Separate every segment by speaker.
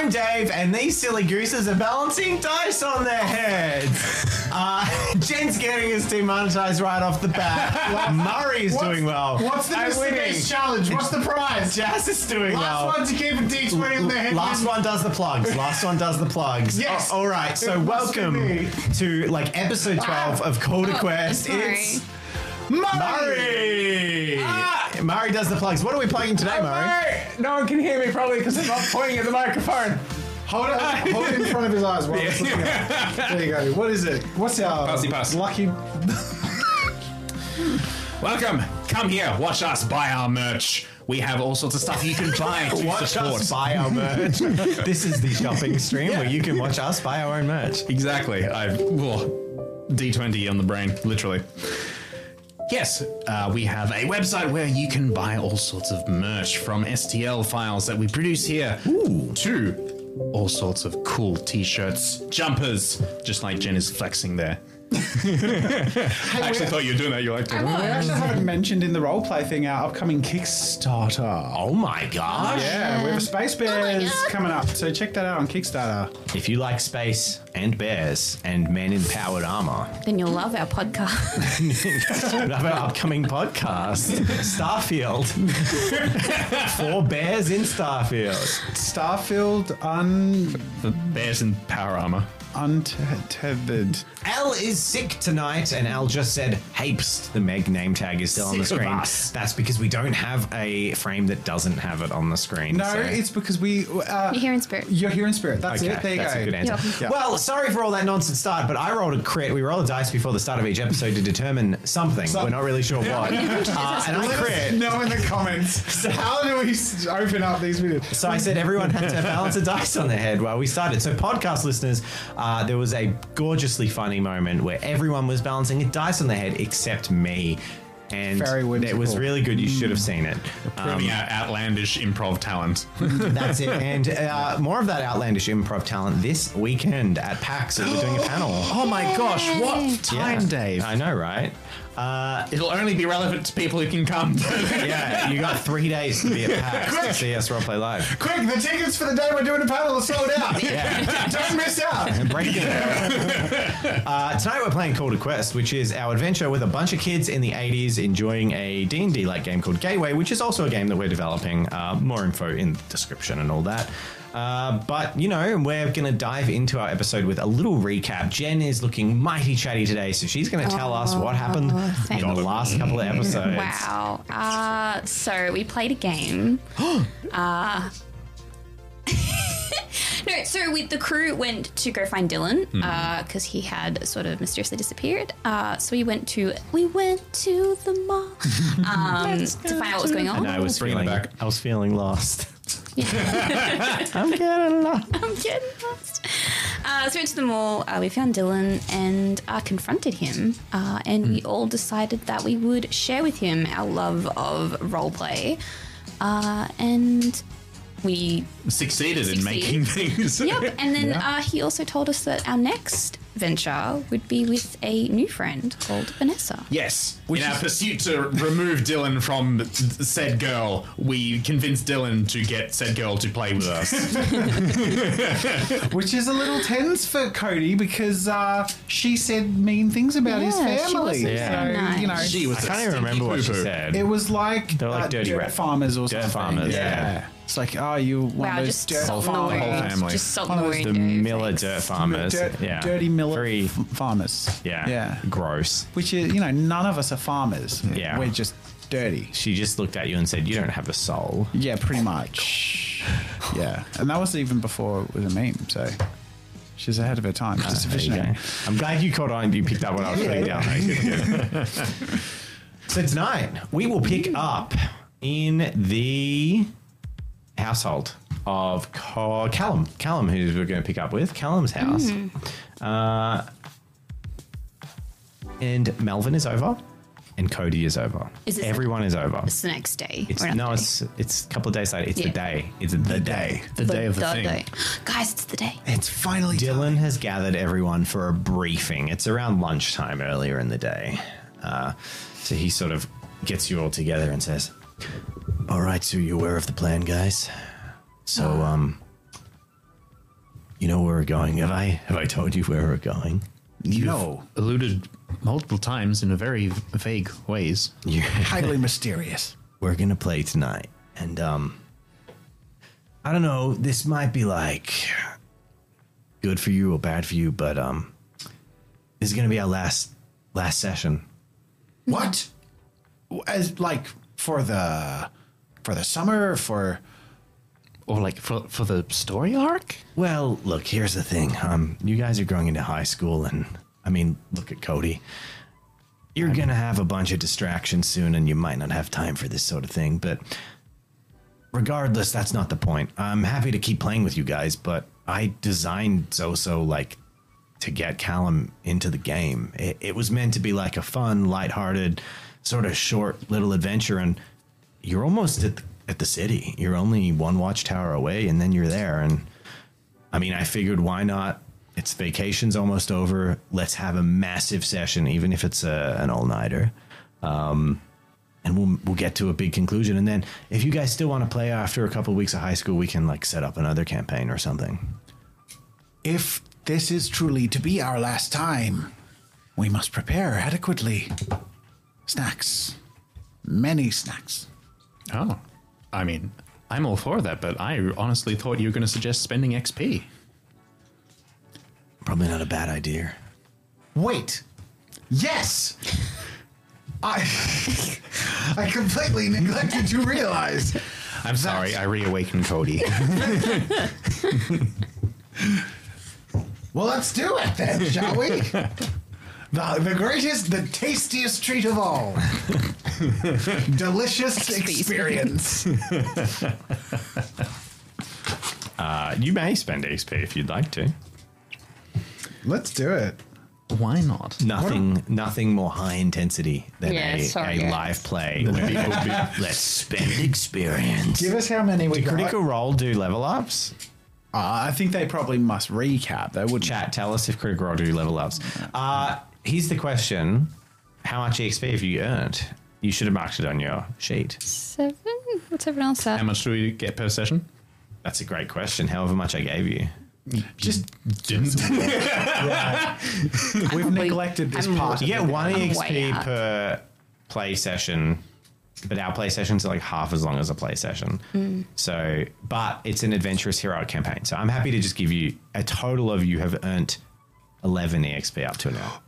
Speaker 1: and these silly gooses are balancing dice on their heads. Uh, Jen's getting us demonetized right off the bat. Murray's
Speaker 2: What's-
Speaker 1: doing well.
Speaker 2: What's the
Speaker 1: I'm
Speaker 2: Mr.
Speaker 1: winning.
Speaker 2: Beast challenge? What's the prize?
Speaker 1: Jazz is doing well.
Speaker 2: Last one to keep a D twenty in the head.
Speaker 1: Last one does the plugs. Last one does the plugs.
Speaker 2: Yes.
Speaker 1: A- all right. So
Speaker 2: It must be
Speaker 1: welcome
Speaker 2: me.
Speaker 1: to like episode twelve of Call to
Speaker 3: Oh,
Speaker 1: Quest.
Speaker 3: sorry.
Speaker 1: It's Murray.
Speaker 2: Ah.
Speaker 1: Murray does the plugs. What are we playing today, Murray?
Speaker 4: Alright, No one can hear me probably because I'm not pointing at the microphone.
Speaker 2: Hold it, hold it in front of his eyes while it's looking at it. There you go. What is it? What's our
Speaker 4: Passy pass.
Speaker 2: lucky?
Speaker 4: Welcome. Come here. Watch us buy our merch. We have all sorts of stuff you can buy to
Speaker 1: Watch
Speaker 4: support.
Speaker 1: us buy our merch. this is the shopping stream where you can watch us buy our own merch.
Speaker 4: Exactly. I well, D20 on the brain, literally. Yes, uh, we have a website where you can buy all sorts of merch from STL files that we produce here to all sorts of cool t shirts, jumpers, just like Jen is flexing there. I actually thought you were doing that. You liked
Speaker 3: I
Speaker 4: it.
Speaker 3: was.
Speaker 5: We actually haven't mentioned in the roleplay thing our upcoming Kickstarter.
Speaker 4: Oh my gosh.
Speaker 5: Yeah, we have a Space
Speaker 3: Oh
Speaker 5: Bears coming up, so check that out on Kickstarter.
Speaker 1: If you like space and bears and men in powered armor,
Speaker 3: Then you'll love our podcast.
Speaker 1: another upcoming podcast, Starfield. Four bears in Starfield.
Speaker 5: Starfield un
Speaker 4: Bears in power armor.
Speaker 5: untethered.
Speaker 1: Al is sick tonight, and Al just said "hapes." The Meg name tag is still on the
Speaker 4: Sick of
Speaker 1: screen.
Speaker 4: us.
Speaker 1: That's because we don't have a frame that doesn't have it on the screen.
Speaker 5: No,
Speaker 1: so-
Speaker 5: it's because we. Uh,
Speaker 3: You're here in spirit.
Speaker 5: You're here in spirit. That's
Speaker 1: Okay,
Speaker 5: it. There you
Speaker 1: that's
Speaker 5: go.
Speaker 1: a good answer.
Speaker 3: Yep.
Speaker 5: Yeah.
Speaker 1: Well, sorry for all that nonsense start, but I rolled a crit. We roll a dice before the start of each episode to determine something. We're not really sure what. Uh, and I crit.
Speaker 5: Know in the comments. How do we s- open up these videos?
Speaker 1: So I said everyone had to balance a dice on their head while we started. So podcast listeners, uh, there was a gorgeously funny moment where everyone was balancing a dice on their head except me. And
Speaker 5: Very
Speaker 1: it
Speaker 5: whimsical. Mm.
Speaker 1: was really good. You should have seen it. Um,
Speaker 4: Proving our uh, outlandish improv talent.
Speaker 1: That's it. And uh, more of that outlandish improv talent this weekend at PAX. We're doing a panel.
Speaker 4: oh my gosh, what time,
Speaker 1: Yeah.
Speaker 4: Dave?
Speaker 1: I know, right? Uh,
Speaker 4: It'll only be relevant to people who can come.
Speaker 1: yeah, you got three days to be at PAX to see us roleplay live.
Speaker 5: Quick, the tickets for the day we're doing a panel are sold out. Don't miss out.
Speaker 1: Break it. Uh, tonight we're playing Call to Quest, which is our adventure with a bunch of kids in the 80s enjoying a D&D like game called Gateway, which is also a game that we're developing. Uh, more info in the description and all that. Uh, but, you know, we're going to dive into our episode with a little recap. Jen is looking mighty chatty today, so she's going to tell us what happened
Speaker 3: thank
Speaker 1: in the
Speaker 3: you.
Speaker 1: last couple of episodes.
Speaker 3: Wow. Uh, so we played a game. uh, no, so we, the crew went to go find Dylan because he had sort of mysteriously disappeared. Uh, so we went to we went to the mall um, to find out what was going
Speaker 1: And
Speaker 3: on.
Speaker 1: I was
Speaker 4: Bring it
Speaker 1: feeling,
Speaker 4: back.
Speaker 1: I was feeling lost. I'm getting lost.
Speaker 3: I'm getting lost. Uh, so we went to the mall. Uh, we found Dylan and uh, confronted him, uh, and we all decided that we would share with him our love of roleplay, uh, and we
Speaker 4: Succeeded in
Speaker 3: Succeed.
Speaker 4: making things.
Speaker 3: yep. And then uh, he also told us that our next venture would be with a new friend called Vanessa.
Speaker 4: Yes. in our pursuit to remove Dylan from said girl, we convinced Dylan to get said girl to play with us.
Speaker 5: Which is a little tense for Cody because uh, she said mean things about his
Speaker 3: Yeah, she
Speaker 5: family.
Speaker 3: wasn't
Speaker 1: Yeah.
Speaker 5: So,
Speaker 3: nice.
Speaker 5: you know,
Speaker 4: she was.
Speaker 1: I
Speaker 4: a
Speaker 1: can't even
Speaker 4: stinky
Speaker 1: remember what she
Speaker 4: poo-poo.
Speaker 1: said.
Speaker 5: it was like
Speaker 1: They're like dirty
Speaker 5: dirt
Speaker 1: rats.
Speaker 5: farmers or
Speaker 1: Dirt
Speaker 5: something.
Speaker 1: farmers, yeah.
Speaker 5: It's like, oh, you one
Speaker 3: Wow,
Speaker 5: of those
Speaker 3: just
Speaker 5: dirt
Speaker 3: salt in the
Speaker 5: farmers.
Speaker 4: whole
Speaker 3: wound.
Speaker 4: family.
Speaker 3: Just salt in
Speaker 5: One
Speaker 3: the
Speaker 5: of those-
Speaker 3: wound.
Speaker 1: the
Speaker 3: Dave.
Speaker 1: Miller dirt farmers.
Speaker 5: Dirt-
Speaker 1: yeah.
Speaker 5: Dirty miller
Speaker 1: Very-
Speaker 5: f- farmers.
Speaker 1: yeah.
Speaker 5: Yeah.
Speaker 1: Gross.
Speaker 5: Which is, you know, none of us are farmers.
Speaker 1: Yeah.
Speaker 5: We're just dirty.
Speaker 1: She just looked at you and said, "You don't have a soul."
Speaker 5: Yeah, pretty much. Yeah. And that was even before it was a meme, so she's ahead of her time. She's a
Speaker 1: Ah, There you
Speaker 5: visionary.
Speaker 1: go. I'm glad you caught on. You picked up what I was putting down. so tonight we will pick up in the household of Ca- Callum. Callum, who we're going to pick up with Callum's house,
Speaker 3: Hmm.
Speaker 1: uh, and Melvin is over, and Cody is over.
Speaker 3: Is this-
Speaker 1: Everyone is over.
Speaker 3: It's the next day.
Speaker 1: It's,
Speaker 3: Or not
Speaker 1: no,
Speaker 3: the day.
Speaker 1: it's it's a couple of days later. It's the
Speaker 3: Yeah.
Speaker 1: day. It's the day.
Speaker 4: The day of the, thing.
Speaker 3: day. Guys, it's the day.
Speaker 5: It's finally
Speaker 1: Dylan has gathered everyone for a briefing. It's around lunchtime earlier in the day. Uh, so he sort of gets you all together and says, All right, so you're aware of the plan, guys? So, um, You know where we're going. Have I have I told you where we're going?
Speaker 4: You've alluded multiple times in a very vague ways.
Speaker 1: You,
Speaker 5: Highly mysterious.
Speaker 1: we're gonna play tonight, and um, I don't know. This might be like good for you or bad for you, but um, this is gonna be our last last session.
Speaker 5: What? As like for the for the summer for
Speaker 4: Or like for for the story arc?
Speaker 1: Well, look, here's the thing. Um, you guys are going into high school, and I mean, look at Cody. You're gonna have a bunch of distractions soon, and you might not have time for this sort of thing. But regardless, that's not the point. I'm happy to keep playing with you guys, but I designed Zoso like to get Callum into the game. It, it was meant to be like a fun, lighthearted, sort of short little adventure, and you're almost at the, at the city. You're only one watchtower away, and then you're there, and I mean, I figured why not? It's vacation's almost over. Let's have a massive session, even if it's a, an all nighter. Um, and we'll, we'll get to a big conclusion. And then if you guys still want to play after a couple weeks of high school, we can like set up another campaign or something.
Speaker 5: if this is truly to be our last time, we must prepare adequately. Snacks. Many snacks.
Speaker 4: Oh. I mean, I'm all for that, but I honestly thought you were going to suggest spending XP.
Speaker 1: Probably not a bad idea.
Speaker 2: Wait. Yes. I I completely neglected to realize.
Speaker 4: I'm sorry, I reawakened Cody.
Speaker 2: Well, let's do it then, shall we? The, the greatest, the tastiest treat of all. Delicious experience.
Speaker 1: Uh, you may spend XP if you'd like to.
Speaker 2: Let's do it.
Speaker 4: Why not?
Speaker 1: Nothing, nothing more high intensity than
Speaker 3: Yeah,
Speaker 1: a,
Speaker 3: sorry,
Speaker 1: a
Speaker 3: guys.
Speaker 1: live play. where people be, Let's spend experience.
Speaker 2: Give us how many we got.
Speaker 1: Critical role do level ups.
Speaker 5: Uh, I think they probably must recap. They would
Speaker 1: chat, tell us if Critical Role do level ups. Uh, here's the question: How much XP have you earned? You should have marked it on your sheet.
Speaker 3: Seven? What's everyone else
Speaker 4: How
Speaker 3: at?
Speaker 4: much do we get per session?
Speaker 1: That's a great question. However much I gave you,
Speaker 4: Just didn't.
Speaker 3: We've
Speaker 5: neglected this part.
Speaker 1: you get one
Speaker 3: I'm way
Speaker 1: XP
Speaker 3: up.
Speaker 1: per play session, but our play sessions are like half as long as a play session. So, but it's an adventurous heroic campaign. So I'm happy to just give you a total of you have earned eleven EXP up to now.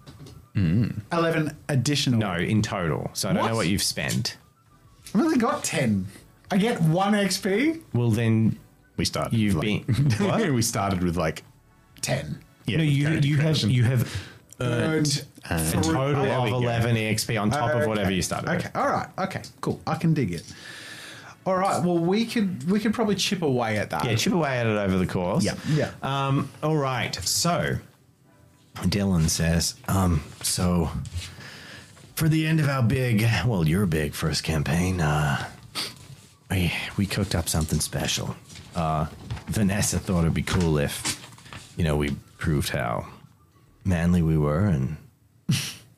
Speaker 5: 11 additional.
Speaker 1: No, in total. So I don't know
Speaker 2: What?
Speaker 1: what you've spent.
Speaker 2: I've only got 10. I get 1 XP?
Speaker 1: Well, then
Speaker 4: We started.
Speaker 1: you've
Speaker 4: with like-
Speaker 1: been what?
Speaker 4: we started with like
Speaker 2: 10.
Speaker 4: yeah,
Speaker 1: no, you
Speaker 4: character
Speaker 1: you have
Speaker 4: creation.
Speaker 1: you have
Speaker 2: And
Speaker 1: a total
Speaker 4: There
Speaker 1: of
Speaker 4: we go.
Speaker 1: eleven exp on top of whatever you started.
Speaker 5: Okay. All right. Okay. Cool. I can dig it. All right. Well, we could we could probably chip away at that.
Speaker 1: Yeah, chip away at it over the course.
Speaker 4: Yeah.
Speaker 5: Yeah.
Speaker 1: Um. All right. So, Dylan says, um, so for the end of our big, well, your big first campaign, uh, we we cooked up something special. Uh, Vanessa thought it'd be cool if, you know, we proved how manly we were, and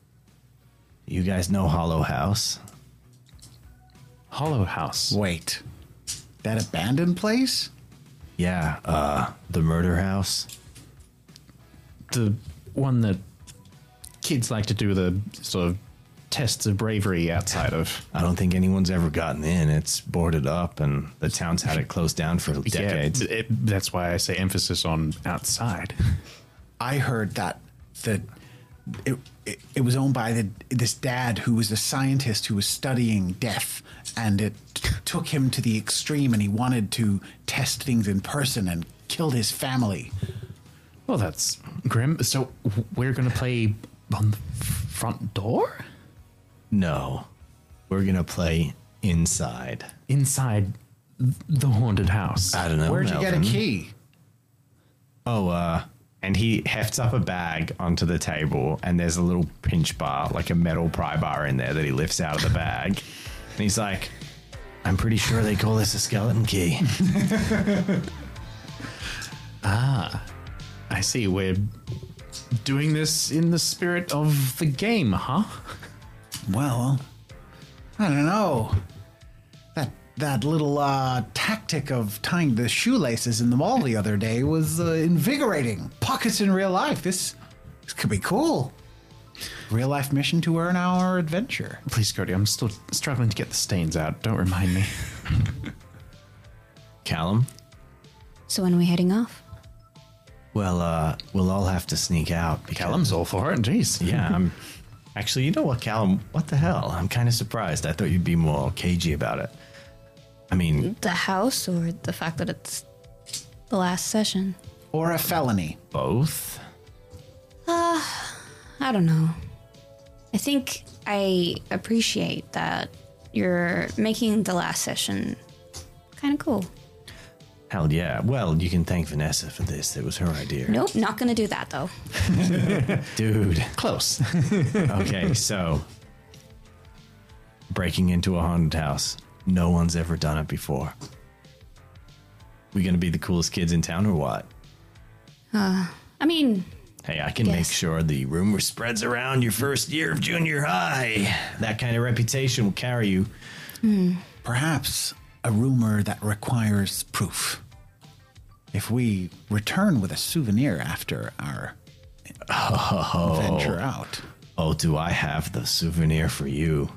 Speaker 1: you guys know Hollow House.
Speaker 4: Hollow House.
Speaker 5: Wait. That abandoned place?
Speaker 1: Yeah, uh, the murder house.
Speaker 4: the one that kids like to do the sort of tests of bravery outside of.
Speaker 1: I don't think anyone's ever gotten in. It's boarded up, and the town's had it closed down for decades.
Speaker 4: Yeah, it- that's why I say emphasis on outside.
Speaker 5: I heard that the it, it, it was owned by the this dad who was a scientist who was studying death and it t- took him to the extreme and he wanted to test things in person and killed his family.
Speaker 4: Well, that's grim. So w- we're going to play on the f- front door?
Speaker 1: No, we're gonna play inside.
Speaker 4: Inside th- the haunted house.
Speaker 1: I don't know.
Speaker 5: Where'd you get a
Speaker 1: Melvin.
Speaker 5: key?
Speaker 1: Oh, uh, and he hefts up a bag onto the table, and there's a little pinch bar, like a metal pry bar, in there that he lifts out of the bag, and he's like, "I'm pretty sure they call this a skeleton key."
Speaker 4: I see. We're doing this in the spirit of the game, huh?
Speaker 5: Well, I don't know. That that little uh, tactic of tying the shoelaces in the mall the other day was uh, invigorating. Pockets in real life. This, this could be cool. Real life mission to earn our adventure.
Speaker 4: Please, Cody, I'm still struggling to get the stains out. Don't remind me.
Speaker 1: Callum?
Speaker 3: So when are we heading off?
Speaker 1: Well, uh, we'll all have to sneak out. because-
Speaker 4: Callum's all for it. Jeez.
Speaker 1: Yeah, I'm. Actually, you know what, Callum? What the hell? I'm kind of surprised. I thought you'd be more cagey about it. I mean,
Speaker 3: The house or the fact that it's the last session?
Speaker 5: Or a felony.
Speaker 1: both.
Speaker 3: I don't know. I think I appreciate that you're making the last session kind of cool.
Speaker 1: Hell yeah. Well, you can thank Vanessa for this. It was her idea.
Speaker 3: Nope, not gonna do that though.
Speaker 1: Dude.
Speaker 4: Close.
Speaker 1: Okay, so breaking into a haunted house. No one's ever done it before. We gonna be the coolest kids in town or what?
Speaker 3: I mean,
Speaker 1: Hey, I can make
Speaker 3: Yes.
Speaker 1: sure the rumor spreads around your first year of junior high. That kind of reputation will carry you.
Speaker 5: Perhaps a rumor that requires proof. If we return with a souvenir after our venture out.
Speaker 1: Oh, do I have the souvenir for you?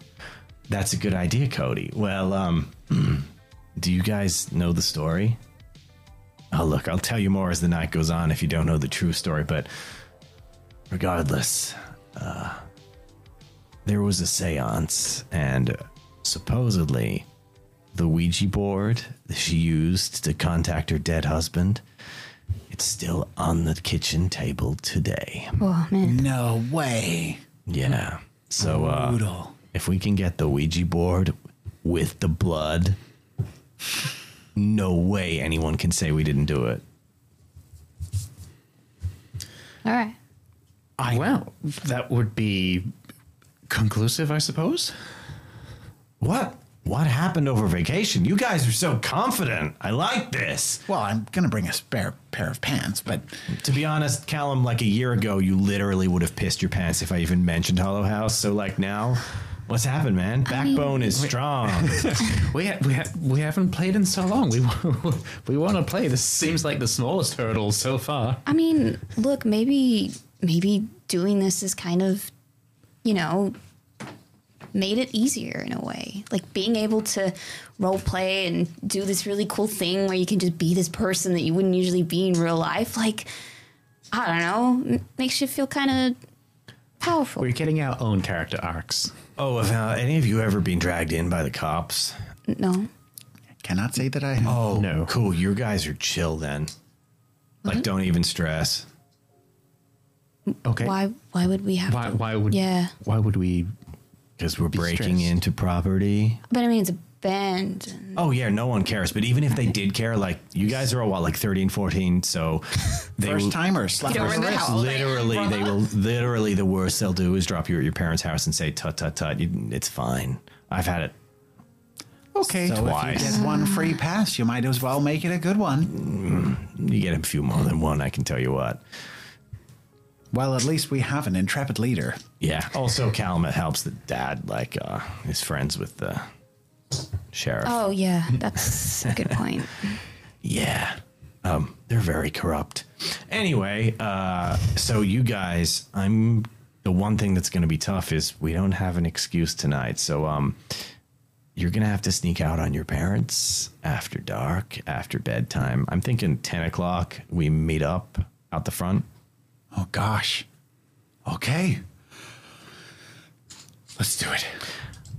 Speaker 1: That's a good idea, Cody. Well, um, do you guys know the story? Oh, look, I'll tell you more as the night goes on if you don't know the true story, but regardless, uh, there was a seance, and supposedly the Ouija board that she used to contact her dead husband. It's still on the kitchen table today.
Speaker 3: oh man,
Speaker 5: No way.
Speaker 1: Yeah. So uh,
Speaker 5: Brutal.
Speaker 1: if we can get the Ouija board with the blood, no way anyone can say we didn't do it.
Speaker 3: all right.
Speaker 4: well, that would be conclusive, I suppose.
Speaker 1: What? What happened over vacation? You guys are so confident. I like this.
Speaker 5: Well, I'm going to bring a spare pair of pants, but
Speaker 1: To be honest, Callum, like a year ago, you literally would have pissed your pants if I even mentioned Hollow House. So, like now, what's happened, man? Backbone is strong.
Speaker 4: We ha- we ha- we haven't played in so long. We wa- we want to play. This seems like the smallest hurdle so far.
Speaker 3: I mean, look, maybe maybe doing this is kind of, you know, made it easier in a way. Like being able to role play and do this really cool thing where you can just be this person that you wouldn't usually be in real life. Like, I don't know, m- makes you feel kind of powerful.
Speaker 4: We're getting our own character arcs.
Speaker 1: oh, have uh, any of you ever been dragged in by the cops?
Speaker 3: no,
Speaker 5: cannot say that I have.
Speaker 1: Oh,
Speaker 4: No.
Speaker 1: Cool. You guys are chill then. Like, don't even stress.
Speaker 4: Okay.
Speaker 3: why? Why would we have?
Speaker 4: Why,
Speaker 3: to?
Speaker 4: why would
Speaker 3: Yeah,
Speaker 4: why would we
Speaker 1: Because we're breaking
Speaker 4: stressed.
Speaker 1: into property.
Speaker 3: but I mean, it's a band. And
Speaker 1: Oh, yeah, no one cares. But even if they did care, like, you guys are all, what, like 13, 14, so they
Speaker 5: First
Speaker 1: will-
Speaker 5: timer, slap
Speaker 3: Get over
Speaker 5: his
Speaker 3: the
Speaker 5: wrist.
Speaker 3: hell.
Speaker 1: Literally, they will. Literally, the worst they'll do is drop you at your parents' house and say, "Tut tut tut." You- It's fine. I've had it.
Speaker 5: Okay, so
Speaker 1: Twice.
Speaker 5: if you get one free pass, you might as well make it a good one.
Speaker 1: You get a few more than one. I can tell you what.
Speaker 5: Well, at least we have an intrepid leader.
Speaker 1: Yeah. Also, Callum it helps that dad like uh, is friends with the sheriff.
Speaker 3: oh yeah, that's a good point.
Speaker 1: Yeah. Um, they're very corrupt. Anyway, uh, so you guys, I'm the one thing that's going to be tough is we don't have an excuse tonight. So, um, you're going to have to sneak out on your parents after dark, after bedtime. I'm thinking 10 o'clock, we meet up out the front.
Speaker 5: Oh, gosh. Okay. Let's do it.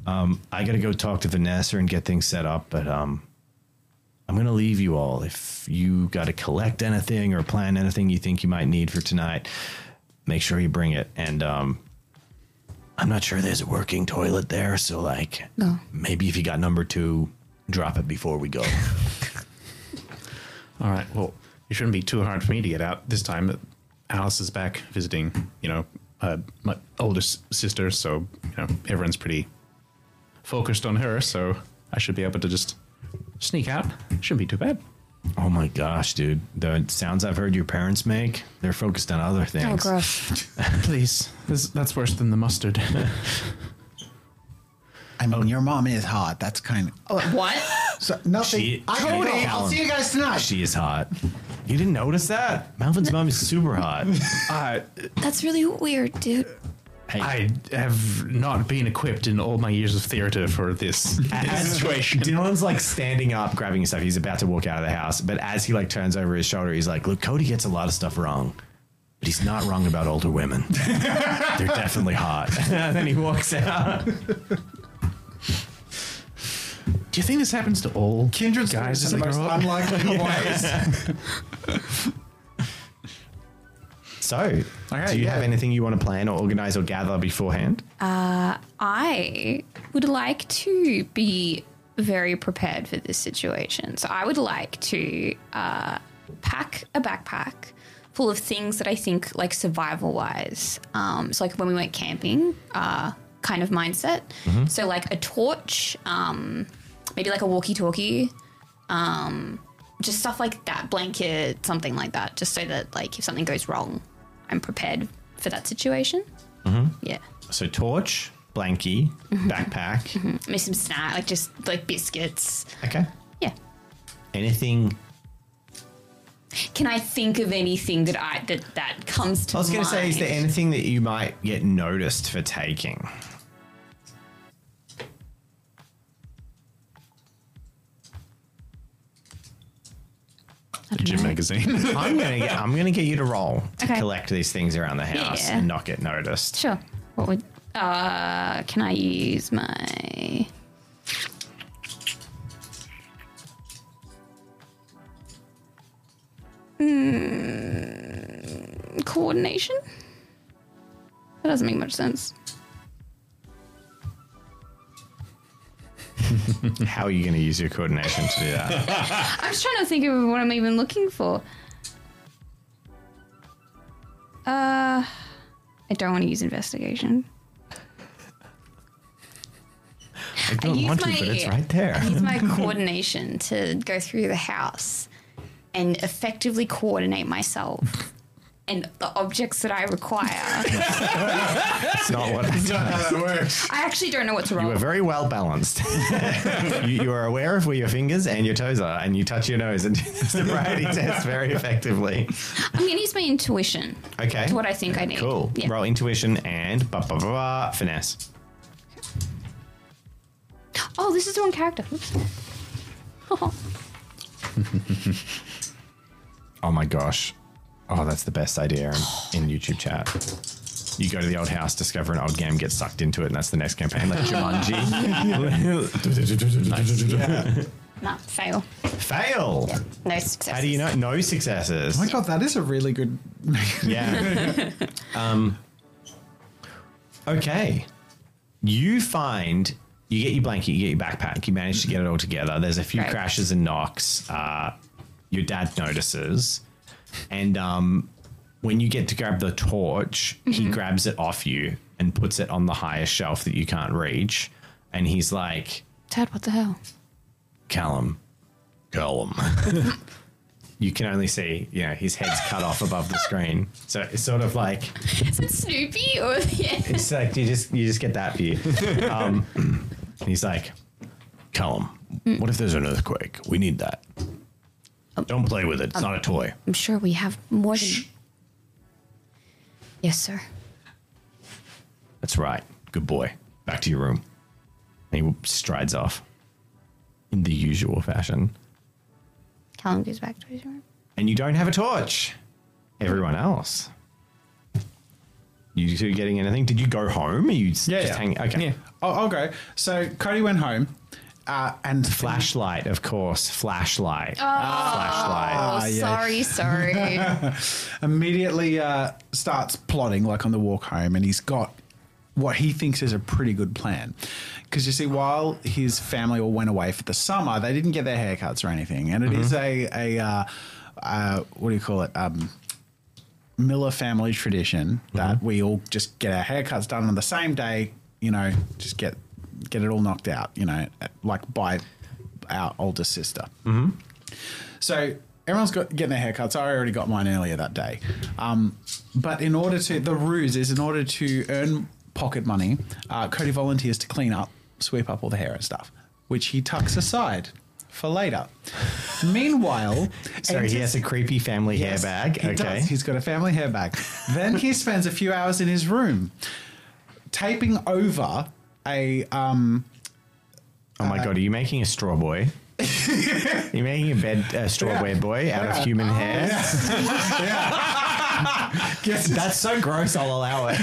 Speaker 1: I got to go talk to Vanessa and get things set up, but, um, I'm going to leave you all. If you got to collect anything or plan anything you think you might need for tonight, make sure you bring it. And um, I'm not sure there's a working toilet there. So, like,
Speaker 3: No.
Speaker 1: maybe if you got number two, drop it before we go.
Speaker 4: All right. Well, it shouldn't be too hard for me to get out this time. Alice is back visiting, you know, uh, my oldest sister, so you know everyone's pretty focused on her. So I should be able to just sneak out. Shouldn't be too bad.
Speaker 1: oh my gosh, dude. The sounds I've heard your parents make, they're focused on other
Speaker 3: Oh,
Speaker 1: things.
Speaker 3: gross.
Speaker 4: Please, this, that's worse than the mustard.
Speaker 5: I mean, your mom is hot. That's kind of.
Speaker 3: What?
Speaker 2: So nothing.
Speaker 1: She-
Speaker 2: I
Speaker 1: she-
Speaker 2: don't know.
Speaker 1: Cody,
Speaker 2: I'll see you guys tonight.
Speaker 1: She is hot. You didn't notice that? Malvin's mom is super hot.
Speaker 4: I,
Speaker 3: That's really weird, dude.
Speaker 1: Hey,
Speaker 4: I have not been equipped in all my years of theater for this, this situation.
Speaker 1: Dylan's like standing up, grabbing his stuff. He's about to walk out of the house, but as he like turns over his shoulder, he's like, "Look, Cody gets a lot of stuff wrong, but he's not wrong about older women. They're definitely hot." and then he walks out.
Speaker 4: Do you think this happens to all
Speaker 5: Kindred
Speaker 4: guys
Speaker 5: spirits
Speaker 4: as
Speaker 5: are
Speaker 4: they grow
Speaker 5: the most
Speaker 4: up?
Speaker 5: unlikely ways.
Speaker 1: So, do you have anything you want to plan or organize or gather beforehand?
Speaker 3: I would like to be very prepared for this situation. So I would like to uh, pack a backpack full of things that I think like survival wise. Um, so like when we went camping, uh, kind of mindset. So like a torch, um, maybe like a walkie-talkie, um, just stuff like that, blanket, something like that, just so that like if something goes wrong, I'm prepared for that situation. Yeah.
Speaker 1: So, torch, blankie, backpack.
Speaker 3: Maybe some snack, like just like biscuits.
Speaker 1: Okay.
Speaker 3: Yeah.
Speaker 1: Anything
Speaker 3: Can I think of anything that I that that comes to
Speaker 1: I was
Speaker 3: mind?
Speaker 1: going to say, is there anything that you might get noticed for taking?
Speaker 4: The gym magazine.
Speaker 1: I'm going to get I'm going to get you to roll to
Speaker 3: Okay.
Speaker 1: collect these things around the house
Speaker 3: Yeah.
Speaker 1: and not get noticed.
Speaker 3: Sure. What would? Uh, can I use my? Mm, coordination. That doesn't make much sense.
Speaker 1: How are you going to use your coordination to do that?
Speaker 3: I'm just trying to think of what I'm even looking for. Uh, Uh, I don't want to use investigation.
Speaker 1: I don't
Speaker 3: use
Speaker 1: want to,
Speaker 3: my-
Speaker 1: but it's right there.
Speaker 3: Use my coordination to go through the house and effectively coordinate myself and the objects that I require. I
Speaker 1: It's not what I
Speaker 5: Not how that works.
Speaker 3: actually don't know what to
Speaker 1: You
Speaker 3: roll.
Speaker 1: are very well balanced. you, you are aware of where your fingers and your toes are, and you touch your nose and do the sobriety test very effectively.
Speaker 3: I'm going to use my intuition.
Speaker 1: Okay.
Speaker 3: It's what I think I need.
Speaker 1: Cool.
Speaker 3: Yeah.
Speaker 1: Roll intuition and ba ba ba ba finesse.
Speaker 3: Oh, this is the wrong character. Oops.
Speaker 1: Oh my gosh. Oh, that's the best idea in, in YouTube chat. You go to the old house, discover an old game, get sucked into it, and that's the next campaign. Like Jumanji.
Speaker 3: no, fail.
Speaker 1: Fail.
Speaker 3: No success.
Speaker 1: How do you know? No successes.
Speaker 2: Oh my god, that is a really good.
Speaker 1: Yeah. um, okay. You find you get your blanket, you get your backpack, you manage to get it all together. There's a few
Speaker 3: Right.
Speaker 1: crashes and knocks. Uh, your dad notices, and um, when you get to grab the torch, he grabs it off you and puts it on the highest shelf that you can't reach, and he's like.
Speaker 3: Dad, what the hell?
Speaker 1: Callum. Callum. you can only see, you know, his head's cut off above the screen. So it's sort of like
Speaker 3: Is it Snoopy or yeah?
Speaker 1: it's like you just you just get that view. Um, and he's like, Callum, what if there's an earthquake? We need that. Don't play with it. It's not a toy.
Speaker 3: I'm sure we have more than. Yes, sir.
Speaker 1: That's right. Good boy. Back to your room. And he strides off in the usual fashion.
Speaker 3: Callum goes back to his room.
Speaker 1: and you don't have a torch. Everyone else. You two getting anything? Did you go home? Are you s- just hanging? Okay.
Speaker 2: Yeah. I'll, oh, I'll go. So Cody went home, uh, and
Speaker 1: Flashlight, of course. Flashlight. Flashlight.
Speaker 3: Oh, sorry, sorry.
Speaker 2: immediately uh, starts plotting like on the walk home and he's got what he thinks is a pretty good plan because you see while his family all went away for the summer they didn't get their haircuts or anything and it is a, a uh, uh, what do you call it um, miller family tradition that we all just get our haircuts done on the same day you know just get get it all knocked out you know like by our older sister so everyone's got getting their haircuts. I already got mine earlier that day. Um, but in order to the ruse is in order to earn pocket money, uh, Cody volunteers to clean up, sweep up all the hair and stuff, which he tucks aside
Speaker 5: for later. Meanwhile,
Speaker 1: Sorry, he
Speaker 5: enters-
Speaker 1: has a creepy family
Speaker 5: Yes,
Speaker 1: hair bag.
Speaker 5: He
Speaker 1: okay.
Speaker 5: does. He's got a family hair bag. then he spends a few hours in his room taping over a um
Speaker 1: oh
Speaker 5: uh,
Speaker 1: my god, are you making a straw boy? You're making a bed a straw
Speaker 5: Yeah. Oh,
Speaker 1: boy boy out of human hair. That's so gross. I'll allow it.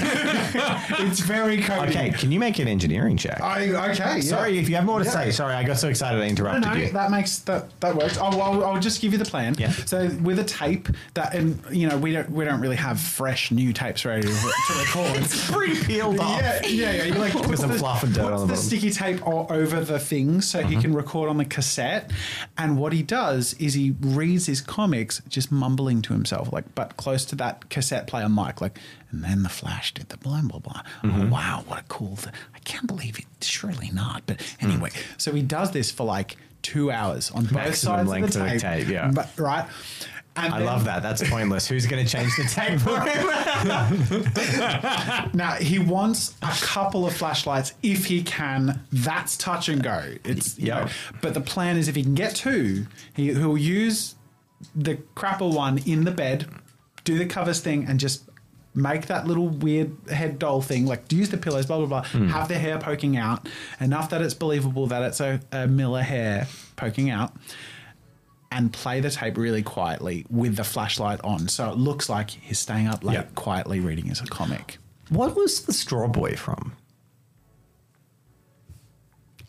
Speaker 5: it's very coding.
Speaker 1: Okay, can you make an engineering check?
Speaker 5: I okay. yeah.
Speaker 1: Sorry, if you have more to
Speaker 5: Yeah.
Speaker 1: say. Sorry, I got so excited I
Speaker 5: No,
Speaker 1: interrupted
Speaker 5: no,
Speaker 1: you.
Speaker 5: that makes that that works. Oh, well, I'll just give you the plan.
Speaker 1: Yeah.
Speaker 5: So with a tape that, and you know, we don't we don't really have fresh new tapes ready to, to record.
Speaker 1: Pretty peeled off.
Speaker 5: Yeah, yeah, yeah. You like puts
Speaker 1: some
Speaker 5: the-
Speaker 1: fluff and dirt
Speaker 5: puts
Speaker 1: on the
Speaker 5: the
Speaker 1: bottom.
Speaker 5: sticky tape all over the thing so
Speaker 1: Mm-hmm.
Speaker 5: he can record on the cassette. And what he does is he reads his comics just mumbling to himself, like but close to that cassette player mic, like. And then the Flash did the blah blah blah.
Speaker 1: Mm-hmm.
Speaker 5: Oh, wow, what a cool! Th- I can't believe it. Surely not. But anyway, so he does this for like two hours on both
Speaker 1: Mm. Maximum
Speaker 5: sides
Speaker 1: length
Speaker 5: of the tape.
Speaker 1: tape, yeah.
Speaker 5: but, right. And
Speaker 1: I
Speaker 5: then-
Speaker 1: love that. That's pointless. Who's going to change the tape for him?
Speaker 5: Now he wants a couple of flashlights if he can. That's touch and go. It's you
Speaker 1: Yeah.
Speaker 5: know, but the plan is if he can get two, he, he'll use the crapper one in the bed, do the covers thing, and just make that little weird head doll thing. Like use the pillows, blah blah blah. Have the hair poking out enough that it's believable that it's a, a Miller hair poking out. And play the tape really quietly with the flashlight on, so it looks like he's staying up late
Speaker 1: Yeah.
Speaker 5: quietly reading his comic.
Speaker 1: what was the straw boy from?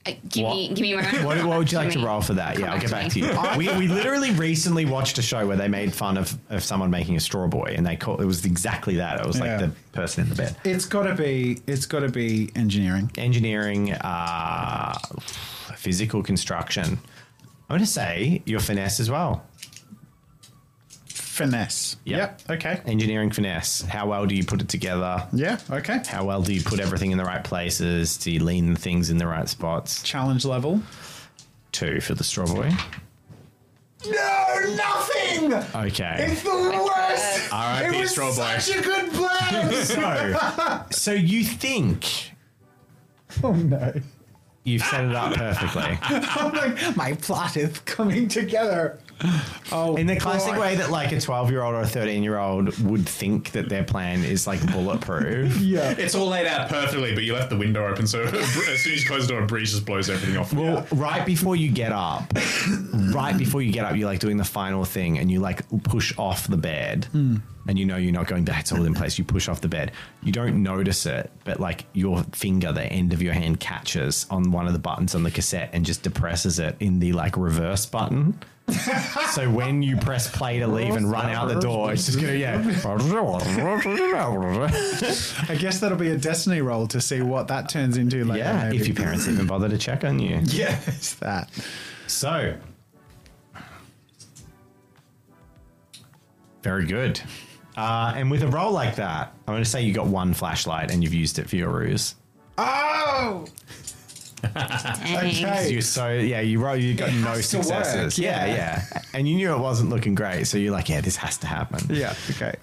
Speaker 3: Uh, give me, give me my.
Speaker 1: What, what would you like to
Speaker 3: Give me-
Speaker 1: roll for that? Yeah, I'll get back to you.
Speaker 3: Come
Speaker 1: We, we literally recently watched a show where they made fun of, of someone making a straw boy, and they call it was exactly that. It was like
Speaker 5: Yeah.
Speaker 1: the person in the bed.
Speaker 5: It's gotta be. It's gotta be engineering.
Speaker 1: Engineering, uh, physical construction. I'm going to say your finesse as well.
Speaker 5: Finesse.
Speaker 1: Yep.
Speaker 5: Yep. Okay.
Speaker 1: Engineering finesse. How well do you put it together?
Speaker 5: Yeah. Okay.
Speaker 1: How well do you put everything in the right places? Do you lean things in the right spots?
Speaker 5: Challenge level.
Speaker 1: Two for the straw boy.
Speaker 2: No, nothing.
Speaker 1: Okay.
Speaker 2: It's the worst.
Speaker 4: R.I.P.
Speaker 2: It was
Speaker 4: Straw Boy.
Speaker 2: such a good plan.
Speaker 1: So, so you think
Speaker 5: Oh no!
Speaker 1: You've set it up perfectly.
Speaker 5: I'm like, my plot is coming together. Oh,
Speaker 1: In the classic
Speaker 5: boy.
Speaker 1: way that like a 12 year old or a 13 year old would think that their plan is like bulletproof.
Speaker 5: Yeah.
Speaker 4: It's all laid out perfectly, but you left the window open, so as soon as you close the door, a breeze just blows everything off.
Speaker 1: Well, right before you get up, right before you get up, you're like doing the final thing and you like push off the bed and you know you're not going back. It's all in place. You push off the bed. You don't notice it, but like your finger, the end of your hand catches on one of the buttons on the cassette and just depresses it in the like reverse button. so when you press play to leave and run out the door, it's just gonna yeah.
Speaker 5: I guess that'll be a destiny roll to see what that turns into later.
Speaker 1: yeah,
Speaker 5: maybe.
Speaker 1: if your parents even bother to check on you.
Speaker 5: yeah, it's that.
Speaker 1: So, very good. Uh, and with a roll like that, I'm going to say you got one flashlight and you've used it for your ruse.
Speaker 5: Oh,
Speaker 3: Dang.
Speaker 5: okay.
Speaker 1: You so yeah, you roll. You got no
Speaker 5: has to work,
Speaker 1: successes. yeah.
Speaker 5: yeah.
Speaker 1: yeah, And you knew it wasn't looking great, so you're like, yeah, this has to happen.
Speaker 5: Yeah. Okay.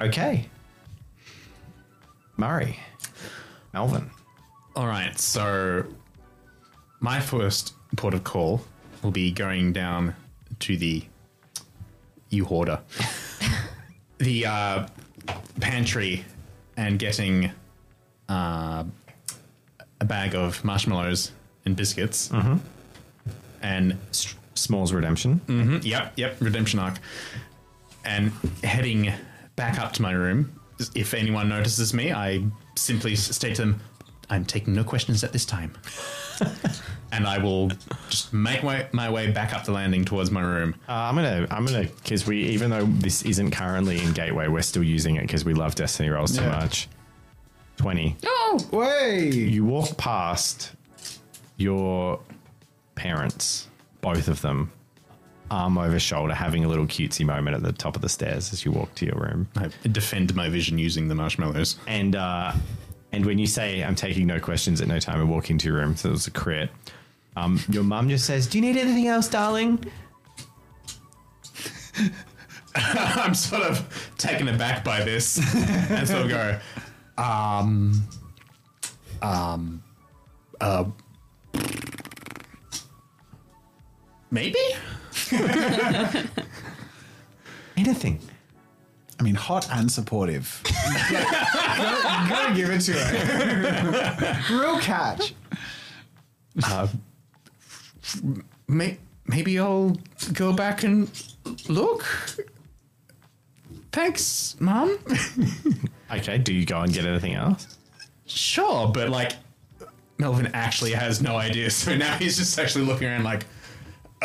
Speaker 1: Okay. Murray, Melvin.
Speaker 4: All right, so my first port of call will be going down to the you hoarder, the uh, pantry, and getting uh, a bag of marshmallows and biscuits, and
Speaker 1: S- Small's redemption.
Speaker 5: Mm.
Speaker 4: Mhm, Yep, yep, redemption arc. And heading back up to my room, if anyone notices me, I simply s- state to them, I'm taking no questions at this time. and I will just make my, my way back up the landing towards my room.
Speaker 1: Uh, I'm gonna, I'm gonna, because we, even though this isn't currently in Gateway, we're still using it because we love Destiny rolls so
Speaker 5: Yeah.
Speaker 1: much. Twenty.
Speaker 3: Oh,
Speaker 5: Way.
Speaker 1: you walk past your parents, both of them, arm over shoulder, having a little cutesy moment at the top of the stairs as you walk to your room.
Speaker 4: I defend my vision using the marshmallows.
Speaker 1: And uh, and when you say, "I'm taking no questions at no time," and walk into your room, so it was a crit. Um, your mum just says, "Do you need anything else, darling?"
Speaker 4: I'm sort of taken aback by this, and so I go, um, um, uh, Maybe?
Speaker 1: Anything.
Speaker 5: I mean, hot and supportive.
Speaker 2: Gotta give it to her.
Speaker 5: Real catch.
Speaker 4: Uh, May- maybe I'll go back and look? Thanks, Mom.
Speaker 1: Okay, do you go and get anything else?
Speaker 4: Sure, but like Melvin actually has no idea, so now he's just actually looking around like,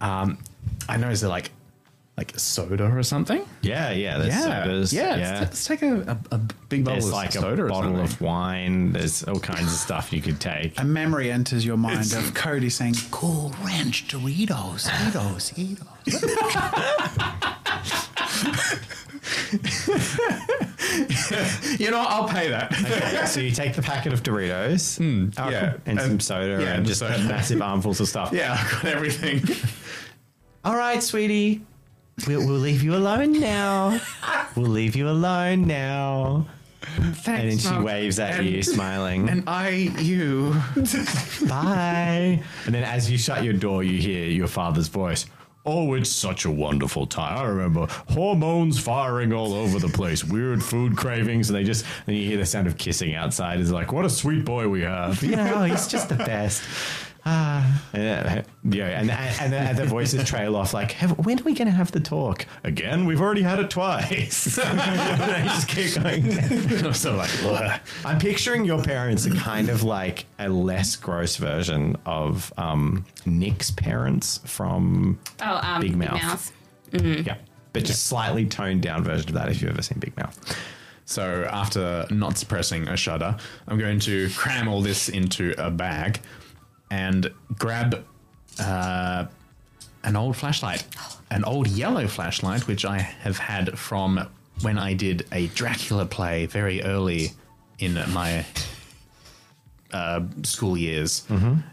Speaker 4: uh. um, I know is there like, like soda or something?
Speaker 1: Yeah, yeah, there's sodas.
Speaker 4: yeah. Let's, let's take a, a, a big bottle
Speaker 1: There's
Speaker 4: of
Speaker 1: like a
Speaker 4: soda or
Speaker 1: bottle
Speaker 4: something.
Speaker 1: of wine. There's all kinds of stuff you could take.
Speaker 5: A memory enters your mind of Cody saying, Cool Ranch Doritos, Doritos, Doritos.
Speaker 4: you know, what? I'll pay that.
Speaker 1: so you take the packet of Doritos oh,
Speaker 4: Hmm, yeah.
Speaker 1: cool, and some
Speaker 4: And-
Speaker 1: soda
Speaker 4: yeah,
Speaker 1: and
Speaker 4: and
Speaker 1: just
Speaker 4: soda.
Speaker 1: massive armfuls of stuff.
Speaker 4: yeah, I got everything.
Speaker 1: All right, sweetie. We'll, we'll leave you alone now. We'll leave you alone now. And then
Speaker 4: Thanks.
Speaker 1: she
Speaker 4: Mom.
Speaker 1: waves at
Speaker 4: And-
Speaker 1: you, smiling.
Speaker 4: And I, you.
Speaker 1: Bye. And then as you shut your door, you hear your father's voice. Oh, it's such a wonderful time. I remember hormones firing all over the place, weird food cravings, and they just and you hear the sound of kissing outside. It's like, what a sweet boy we have. You know, he's just the best. Ah, yeah, yeah, and and the, and the voices trail off. Like, have, when are we going to have the talk again? We've already had it twice. and I just keep going.
Speaker 4: I'm so like, "Ugh."
Speaker 1: I'm picturing your parents are kind of like a less gross version of um, Nick's parents from
Speaker 3: Oh, um,
Speaker 1: Big Mouth.
Speaker 4: Mm.
Speaker 1: yeah, but just slightly toned down version of that if you've ever seen Big Mouth.
Speaker 4: So after not suppressing a shudder, I'm going to cram all this into a bag and grab uh, an old flashlight, an old yellow flashlight, which I have had from when I did a Dracula play very early in my uh, school years.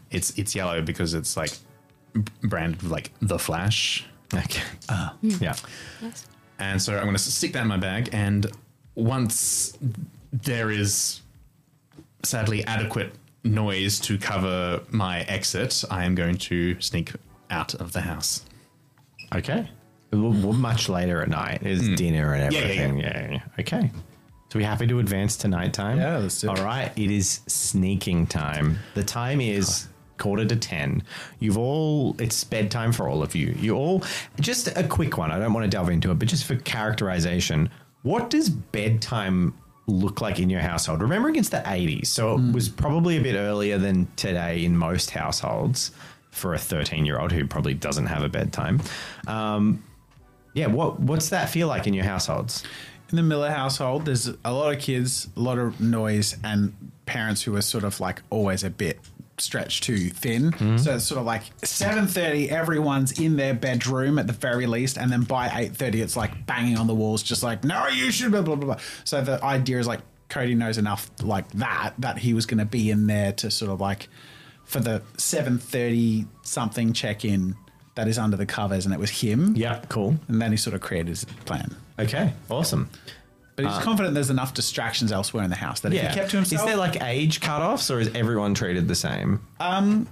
Speaker 4: It's it's yellow because it's like b- branded with, like the Flash.
Speaker 1: Okay.
Speaker 4: Mm.
Speaker 1: yeah.
Speaker 4: And so I'm going to stick that in my bag. And once there is sadly adequate noise to cover my exit, I am going to sneak out of the house.
Speaker 1: Okay. Well, well, much later at night is dinner and
Speaker 4: Mm. Yeah, yeah,
Speaker 1: everything. Yeah yeah, yeah. Okay. So we happy to advance to nighttime?
Speaker 5: Yeah, let's do it.
Speaker 1: All right. It is sneaking time. The time is quarter to ten. You've all it's bedtime for all of you. You all just a quick one. I don't want to delve into it, but just for characterization, what does bedtime look like in your household? Remembering it's the eighties, so
Speaker 5: Hmm.
Speaker 1: it was probably a bit earlier than today in most households for a thirteen-year-old who probably doesn't have a bedtime. Um, yeah, what what's that feel like in your households?
Speaker 5: In the Miller household, there's a lot of kids, a lot of noise, and parents who are sort of like always a bit stretched too thin. So it's sort of like 7.30, everyone's in their bedroom at the very least, and then by 8.30, it's like banging on the walls, just like, no, you should, blah, blah, blah. blah." So the idea is like Cody knows enough like that, that he was going to be in there to sort of like, for the 7.30 something check-in that is under the covers, and it was him.
Speaker 1: Yeah, cool.
Speaker 5: And then he sort of created his plan.
Speaker 1: Okay, awesome.
Speaker 5: But he's confident there's enough distractions elsewhere in the house that if
Speaker 1: Yeah,
Speaker 5: he kept to himself,
Speaker 1: Is there like age cutoffs, or is everyone treated the same?
Speaker 5: I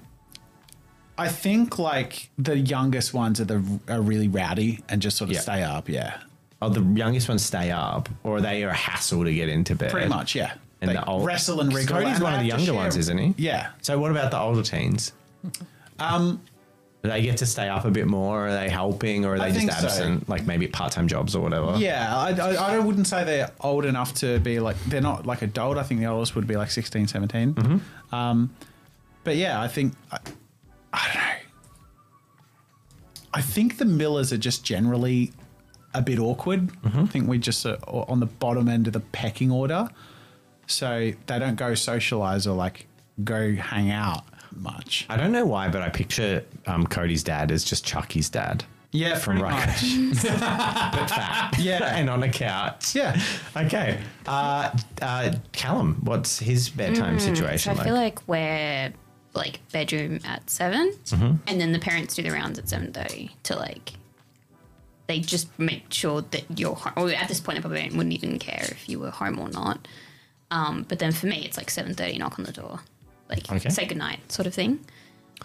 Speaker 5: think like the youngest ones are the are really rowdy and just sort of
Speaker 1: Yeah.
Speaker 5: stay up. Yeah,
Speaker 1: Oh, the youngest ones stay up, or they are a hassle to get into bed.
Speaker 5: pretty much. Yeah,
Speaker 1: And
Speaker 5: They
Speaker 1: the old
Speaker 5: wrestle and wriggle.
Speaker 1: Cody's
Speaker 5: and
Speaker 1: one
Speaker 5: they
Speaker 1: of the
Speaker 5: have to
Speaker 1: younger
Speaker 5: share-
Speaker 1: ones, isn't he?
Speaker 5: Yeah,
Speaker 1: So what about the older teens? Um, they get to stay up a bit more. Are they helping, or are
Speaker 5: I
Speaker 1: they just
Speaker 5: think so.
Speaker 1: absent, like maybe part-time jobs or whatever?
Speaker 5: yeah. I, I, I wouldn't say they're old enough to be like they're not like adult. I think the oldest would be like 16, 17. Um,
Speaker 4: Mm-hmm.
Speaker 5: but yeah, I think I, I don't know. I think the Millers are just generally a bit awkward.
Speaker 4: Mm-hmm.
Speaker 5: I think we just are on the bottom end of the pecking order. So they don't go socialize or like go hang out much.
Speaker 1: I don't know why, but I picture um, Cody's dad as just Chucky's dad.
Speaker 5: Yeah,
Speaker 1: from
Speaker 5: pretty
Speaker 1: Rakesh.
Speaker 5: Yeah.
Speaker 1: and on a couch.
Speaker 5: Yeah.
Speaker 1: Okay. Uh, uh, Callum, what's his bedtime
Speaker 3: Mm, So
Speaker 1: situation
Speaker 3: I
Speaker 1: like?
Speaker 3: feel like we're like bedroom at 7
Speaker 1: Mm-hmm.
Speaker 3: and then the parents do the rounds at seven thirty to like. They just make sure that you're home. Well, at this point, I probably wouldn't even care if you were home or not. Um, but then for me, it's like seven thirty, knock on the door. like
Speaker 1: Okay.
Speaker 3: say goodnight sort of thing.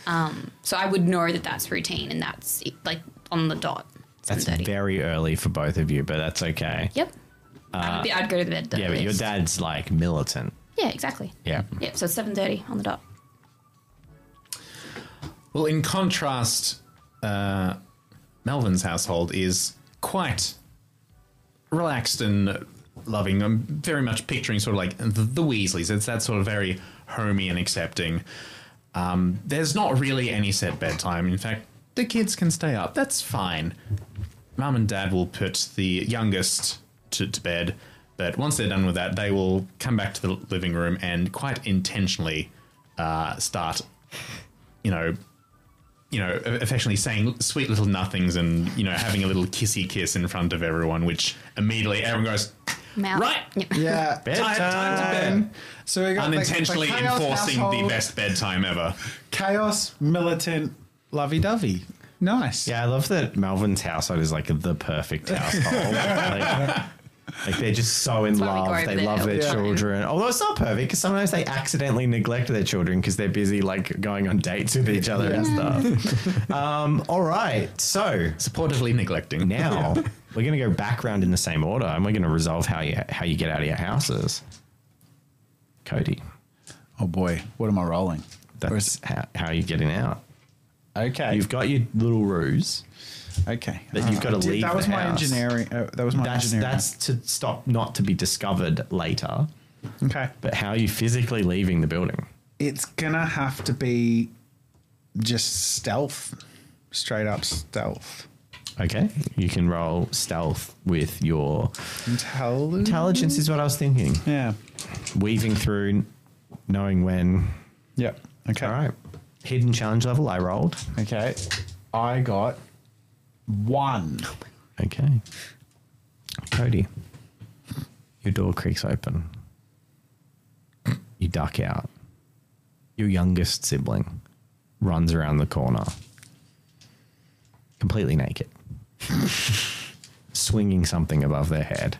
Speaker 3: Um, so I would know that that's routine and that's like on the dot.
Speaker 1: That's
Speaker 3: 7:30.
Speaker 1: very early for both of you, but that's okay.
Speaker 3: Yep. I'd, be, I'd go to the bed.
Speaker 1: Uh, Yeah, but your
Speaker 3: earliest.
Speaker 1: dad's like militant.
Speaker 3: Yeah, exactly.
Speaker 1: Yeah.
Speaker 3: Yep. So it's seven thirty on the dot.
Speaker 4: Well, in contrast, uh, Melvin's household is quite relaxed and loving. I'm very much picturing sort of like the, the Weasleys. It's that sort of very homey and accepting. Um, there's not really any set bedtime. In fact, the kids can stay up. That's fine. Mum and Dad will put the youngest to, to bed, but once they're done with that, they will come back to the living room and quite intentionally uh, start you know, you know, e-, affectionately saying sweet little nothings and you know having a little kissy kiss in front of everyone, which immediately everyone goes
Speaker 3: Mouth.
Speaker 4: right.
Speaker 3: Yep.
Speaker 2: Yeah.
Speaker 4: Time, time to bed.
Speaker 2: So we got like-
Speaker 4: Unintentionally
Speaker 2: like chaos
Speaker 4: enforcing the
Speaker 2: household,
Speaker 4: best bedtime ever.
Speaker 2: chaos militant lovey dovey. Nice.
Speaker 1: Yeah, I love that Melvin's household is like the perfect household. like, like they're just so in
Speaker 3: why we
Speaker 1: love.
Speaker 3: go
Speaker 1: They
Speaker 3: over
Speaker 1: love their
Speaker 3: there all the time.
Speaker 1: children. Although it's not perfect because sometimes they accidentally neglect their children because they're busy like going on dates with each other and stuff. um, all right, so
Speaker 4: Supportively neglecting.
Speaker 1: now we're going to go background in the same order, and we're going to resolve how you how you get out of your houses. Cody,
Speaker 5: Oh boy, what am I rolling?
Speaker 1: that's how, how you're getting out.
Speaker 5: Okay.
Speaker 1: You've got your little ruse
Speaker 5: okay.
Speaker 1: that you've got to
Speaker 5: Did-
Speaker 1: leave.
Speaker 5: that was
Speaker 1: the
Speaker 5: my
Speaker 1: house.
Speaker 5: engineering. Uh, that was my
Speaker 1: That's
Speaker 5: engineering.
Speaker 1: that's to stop not to be discovered later.
Speaker 5: okay.
Speaker 1: But how are you physically leaving the building?
Speaker 5: It's gonna have to be just stealth, straight up stealth.
Speaker 1: Okay, you can roll stealth with your
Speaker 5: Intelligence.
Speaker 1: intelligence. Is what I was thinking.
Speaker 5: yeah.
Speaker 1: Weaving through, knowing when.
Speaker 5: Yep. Okay.
Speaker 1: All right, hidden challenge level. I rolled.
Speaker 5: Okay. I got one.
Speaker 1: Okay. Cody, your door creaks open. You duck out. Your youngest sibling runs around the corner, completely naked, swinging something above their head.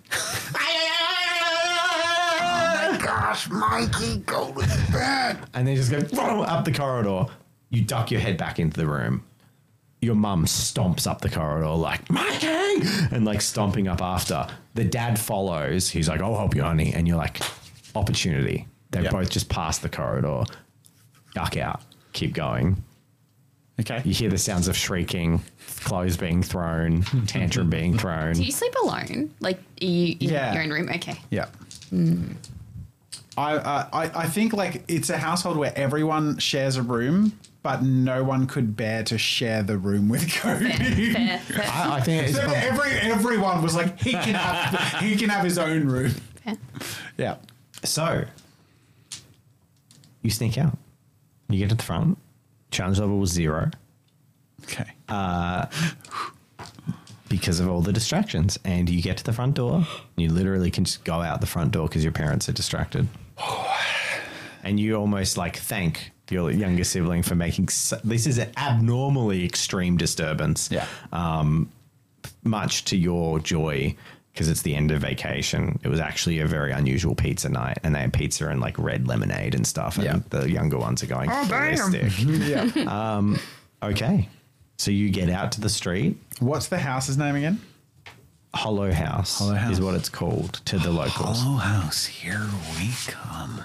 Speaker 2: Gosh, Mikey, go to the bed.
Speaker 1: and they just go "Vroom," up the corridor. You duck your head back into the room. Your mum stomps up the corridor like Mikey, and like stomping up after. The dad follows. He's like, "I'll help you, honey," and you're like, "Opportunity." They
Speaker 5: Yeah.
Speaker 1: both just pass the corridor, duck out, keep going.
Speaker 5: Okay.
Speaker 1: You hear the sounds of shrieking, clothes being thrown, tantrum being thrown.
Speaker 3: Do you sleep alone? Like are you in
Speaker 5: Yeah.
Speaker 3: your own room? Okay.
Speaker 5: Yeah. I, uh, I I- I think like it's a household where everyone shares a room, but no one could bear to share the room with Cody.
Speaker 3: Fair, fair,
Speaker 1: I, I think it's
Speaker 5: So
Speaker 1: probably-
Speaker 5: every everyone was like, he can have he can have his own room.
Speaker 3: fair.
Speaker 5: Yeah.
Speaker 1: So you sneak out. You get to the front. Challenge level was zero Uh,
Speaker 5: Okay.
Speaker 1: because of all the distractions. And you get to the front door. You literally can just go out the front door because your parents are distracted. And you almost like thank your younger sibling for making su- this is an abnormally extreme disturbance.
Speaker 5: yeah.
Speaker 1: much to your joy because it's the end of vacation. It was actually a very unusual pizza night, and they had pizza and like red lemonade and stuff. And
Speaker 5: Yeah.
Speaker 1: the younger ones are going
Speaker 3: Oh,
Speaker 1: ballistic.
Speaker 5: yeah.
Speaker 1: okay, so you get out to the street.
Speaker 5: What's the house's name again?
Speaker 1: Hollow House,
Speaker 5: Hollow House.
Speaker 1: is what it's called to the locals.
Speaker 5: House, here we come.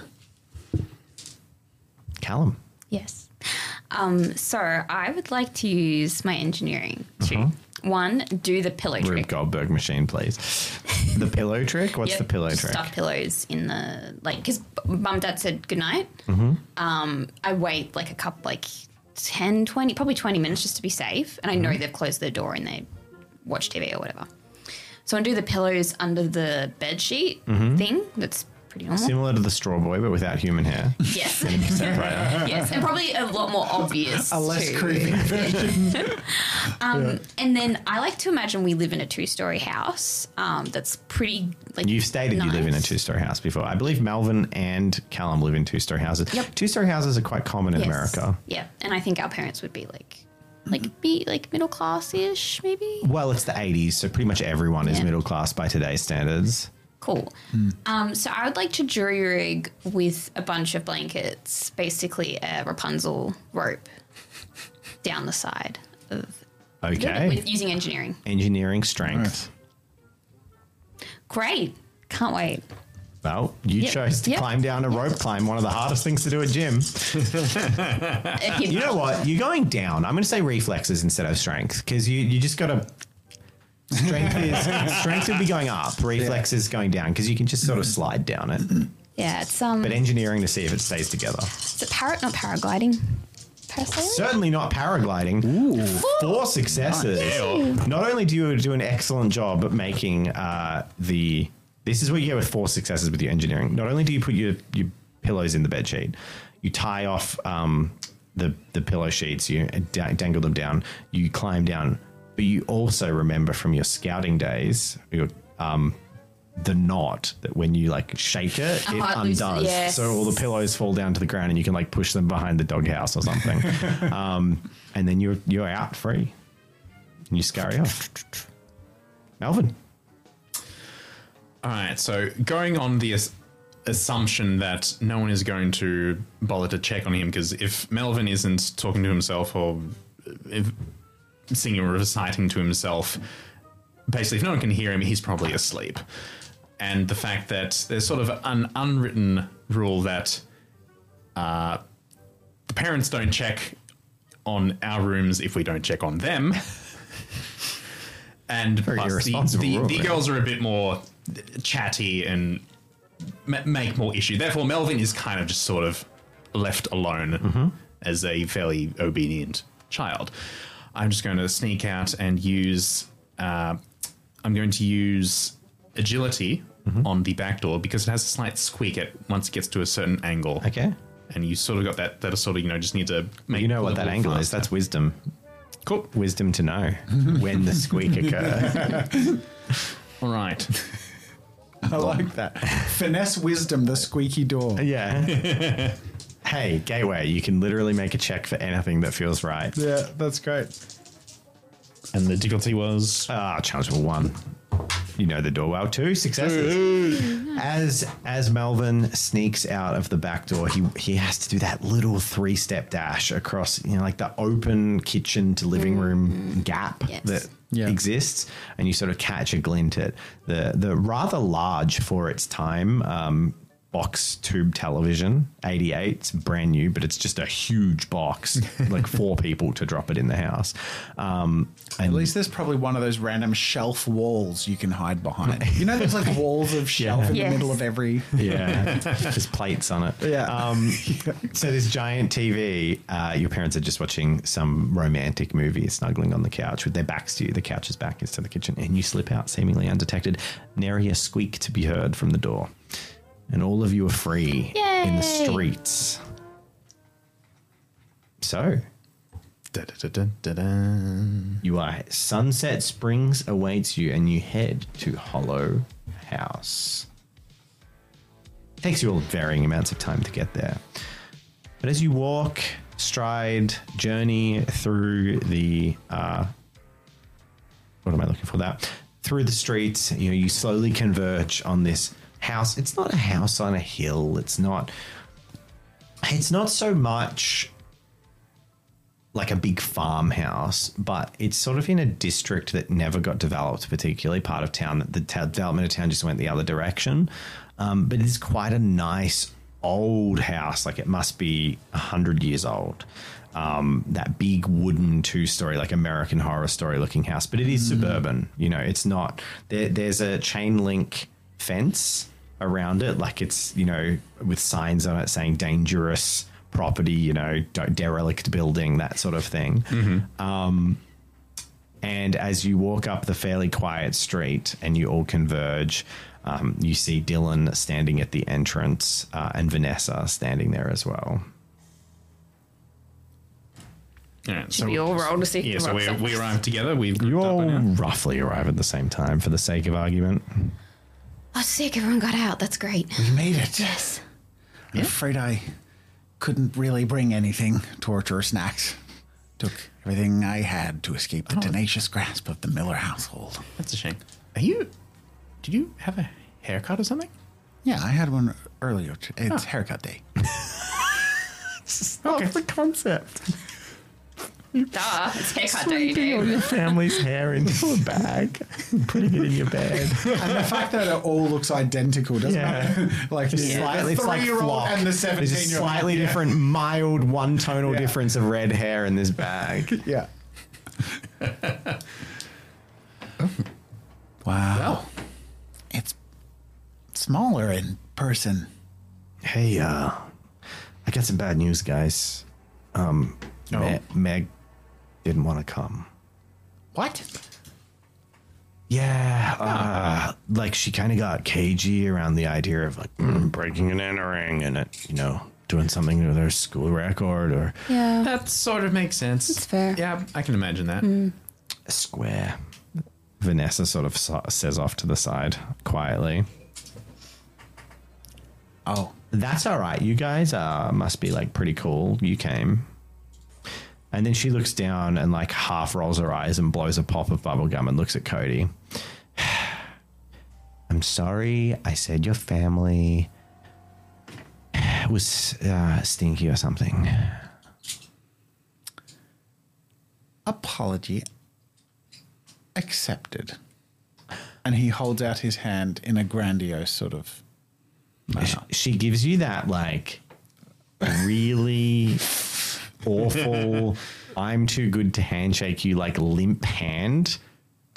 Speaker 1: Callum,
Speaker 3: Yes. Um, so I would like to use my engineering to
Speaker 5: Uh-huh.
Speaker 3: one do the pillow
Speaker 1: Rube
Speaker 3: trick.
Speaker 1: Goldberg machine, please. The pillow trick. What's
Speaker 3: Yep,
Speaker 1: the pillow
Speaker 3: just
Speaker 1: trick?
Speaker 3: Stuff pillows in the like because mum dad said goodnight.
Speaker 1: Mm-hmm.
Speaker 3: Um, I wait like a couple like 10, 20, probably twenty minutes just to be safe, and I know
Speaker 1: Mm-hmm.
Speaker 3: they've closed their door and they watch TV or whatever. So I do the pillows under the bed sheet
Speaker 1: Mm-hmm.
Speaker 3: thing. That's pretty normal.
Speaker 1: Similar to the straw boy, but without human hair.
Speaker 3: Yes. yes, and probably a lot more obvious. A
Speaker 5: less creepy
Speaker 3: um, And then I like to imagine we live in a two-story house. Um, that's pretty like
Speaker 1: You've stated you live in a
Speaker 3: nice.
Speaker 1: two-story house before. I believe Melvin and Callum live in two-story houses.
Speaker 3: Yep.
Speaker 1: Two-story houses are quite common in
Speaker 3: Yes.
Speaker 1: America.
Speaker 3: Yeah, and I think our parents would be like, like be like middle class ish, maybe.
Speaker 1: Well, it's the 80s, so pretty much everyone is
Speaker 3: Yeah.
Speaker 1: middle class by today's standards.
Speaker 3: Cool. Um, so I would like to jury rig with a bunch of blankets, basically a Rapunzel rope down the side of
Speaker 1: Okay.
Speaker 3: with using engineering.
Speaker 1: Engineering strength.
Speaker 3: Great. Can't wait.
Speaker 1: Well, you
Speaker 3: Yeah.
Speaker 1: chose to
Speaker 3: Yeah.
Speaker 1: climb down a rope climb, one of the hardest things to do at gym. You know what? You're going down. I'm going to say reflexes instead of strength because you, you just got to. Strength is strength would be going up, reflexes going down because you can just sort of slide down it.
Speaker 3: yeah, it's um
Speaker 1: But engineering to see if it stays together.
Speaker 3: it's a parrot not paragliding. Parasailing?
Speaker 1: Certainly not paragliding. Four successes. Not only do you do an excellent job at making uh, the. This is what you get with four successes with your engineering. Not only do you put your, your pillows in the bed sheet, you tie off um, the, the pillow sheets, you da- dangle them down, you climb down, but you also remember from your scouting days, your. Um, the knot that when you like shake it, it
Speaker 3: Oh, it
Speaker 1: undoes.
Speaker 3: loosens- yes.
Speaker 1: So all the pillows fall down to the ground, and you can like push them behind the doghouse or something. um, and then you're you're out free, and you scurry off. Melvin,
Speaker 4: All right, so going on the as- assumption that no one is going to bother to check on him, because if Melvin isn't talking to himself or if singing or reciting to himself, basically, if no one can hear him, he's probably asleep. And the fact that there's sort of an unwritten rule that uh, the parents don't check on our rooms if we don't check on them. And plus the,
Speaker 1: irresponsible
Speaker 4: the,
Speaker 1: rule,
Speaker 4: the
Speaker 1: really.
Speaker 4: girls are a bit more chatty and ma- make more issue. Therefore, Melvin is kind of just sort of left alone
Speaker 1: Mm-hmm.
Speaker 4: as a fairly obedient child. I'm just going to sneak out and use. Uh, I'm going to use agility
Speaker 1: Mm-hmm.
Speaker 4: on the back door because it has a slight squeak at once it gets to a certain angle.
Speaker 1: Okay.
Speaker 4: And you sort of got that that sort of you know just need to make
Speaker 1: you know what
Speaker 4: a
Speaker 1: that
Speaker 4: little
Speaker 1: angle is.
Speaker 4: faster.
Speaker 1: That's wisdom.
Speaker 4: cool.
Speaker 1: Wisdom to know when the squeak occurs.
Speaker 4: All right.
Speaker 5: I like that. Finesse wisdom, the squeaky door.
Speaker 1: yeah. hey, gateway. You can literally make a check for anything that feels right.
Speaker 5: Yeah, that's great.
Speaker 4: and the difficulty was
Speaker 1: Ah, challengeable one. You know the door well. Two successes. as as Melvin sneaks out of the back door, he he has to do that little three step dash across, you know, like the open kitchen to living room gap
Speaker 3: Yes.
Speaker 1: that
Speaker 5: Yeah.
Speaker 1: exists, and you sort of catch a glint at the the rather large for its time. Um, Box tube television, 88. It's brand new, but it's just a huge box, like four people to drop it in the house. Um,
Speaker 5: At
Speaker 1: and
Speaker 5: least there's probably one of those random shelf walls you can hide behind. You know, there's like walls of shelf in
Speaker 3: Yes.
Speaker 5: the middle of every.
Speaker 1: Yeah, there's plates on it.
Speaker 5: Yeah.
Speaker 1: Um, so this giant TV, uh, your parents are just watching some romantic movie, snuggling on the couch with their backs to you. The couch is back is to the kitchen, and you slip out seemingly undetected, nary a squeak to be heard from the door, and all of you are free in the
Speaker 3: Yay.
Speaker 1: streets. So you are Sunset Springs awaits you, and you head to Hollow House. Takes you all varying amounts of time to get there. But as you walk, stride, journey through the uh, what am I looking for? That through the streets, you know, you slowly converge on this house. It's not a house on a hill. It's not. It's not so much like a big farmhouse, but it's sort of in a district that never got developed, particularly part of town that the ta- development of town just went the other direction. Um, but it's quite a nice old house, like it must be hundred years old. Um, that big wooden two-story, like American Horror Story-looking house, but it is suburban. You know, it's not. There, there's a chain link fence around it, like it's you know with signs on it saying dangerous property, you know, de- derelict building, that sort of thing. Mm-hmm. Um, And as you walk up the fairly quiet street and you all converge, um, you see Dylan standing at the entrance uh, and Vanessa standing there as well.
Speaker 4: all right,
Speaker 3: Should we all roll to see if
Speaker 4: Yeah,
Speaker 3: we're
Speaker 4: so we,
Speaker 3: upset?
Speaker 4: we arrived together. We
Speaker 1: You all roughly arrive at the same time for the sake of argument.
Speaker 3: Oh sick, everyone got out. That's great.
Speaker 5: We made it.
Speaker 3: Yes.
Speaker 5: I'm afraid I couldn't really bring anything torch or snacks. Took everything I had to escape the tenacious grasp of the Miller household.
Speaker 4: That's a shame. Are you? Did you have a haircut or something?
Speaker 5: Yeah, I had one earlier. t- It's haircut day.
Speaker 1: Okay. the concept.
Speaker 3: Duh, it's haircut day.
Speaker 1: all
Speaker 3: Dave.
Speaker 1: your family's hair into a bag, putting it in your bed.
Speaker 2: And the fact that it all looks identical doesn't
Speaker 1: Yeah.
Speaker 2: matter. Like the
Speaker 1: Slightly, it's like
Speaker 2: three-year-old
Speaker 1: flock.
Speaker 2: and the
Speaker 1: There's a
Speaker 2: seventeen-year-old.
Speaker 1: slightly different, mild one tonal difference of red hair in this bag.
Speaker 2: Yeah.
Speaker 5: Wow.
Speaker 4: Well,
Speaker 5: It's smaller in person.
Speaker 1: Hey, uh, I got some bad news, guys.
Speaker 2: Oh.
Speaker 1: Um, Me- Meg didn't want to come.
Speaker 4: what?
Speaker 1: Yeah,
Speaker 2: Oh.
Speaker 1: uh, like she kind of got cagey around the idea of like mm, breaking and entering, and it, you know, doing something with her school record or
Speaker 3: Yeah.
Speaker 4: That sort of makes sense. It's
Speaker 3: fair. Hmm.
Speaker 4: Yeah, I can imagine that.
Speaker 1: square. Vanessa sort of so- says off to the side quietly.
Speaker 5: Oh,
Speaker 1: That's all right. You guys uh, must be like pretty cool. You came. And then she looks down and like half rolls her eyes and blows a pop of bubblegum and looks at Cody. I'm sorry. I said your family was uh, stinky or something.
Speaker 5: apology accepted. And he holds out his hand in a grandiose sort of
Speaker 1: Sh- She gives you that like really awful I'm too good to handshake you like limp hand.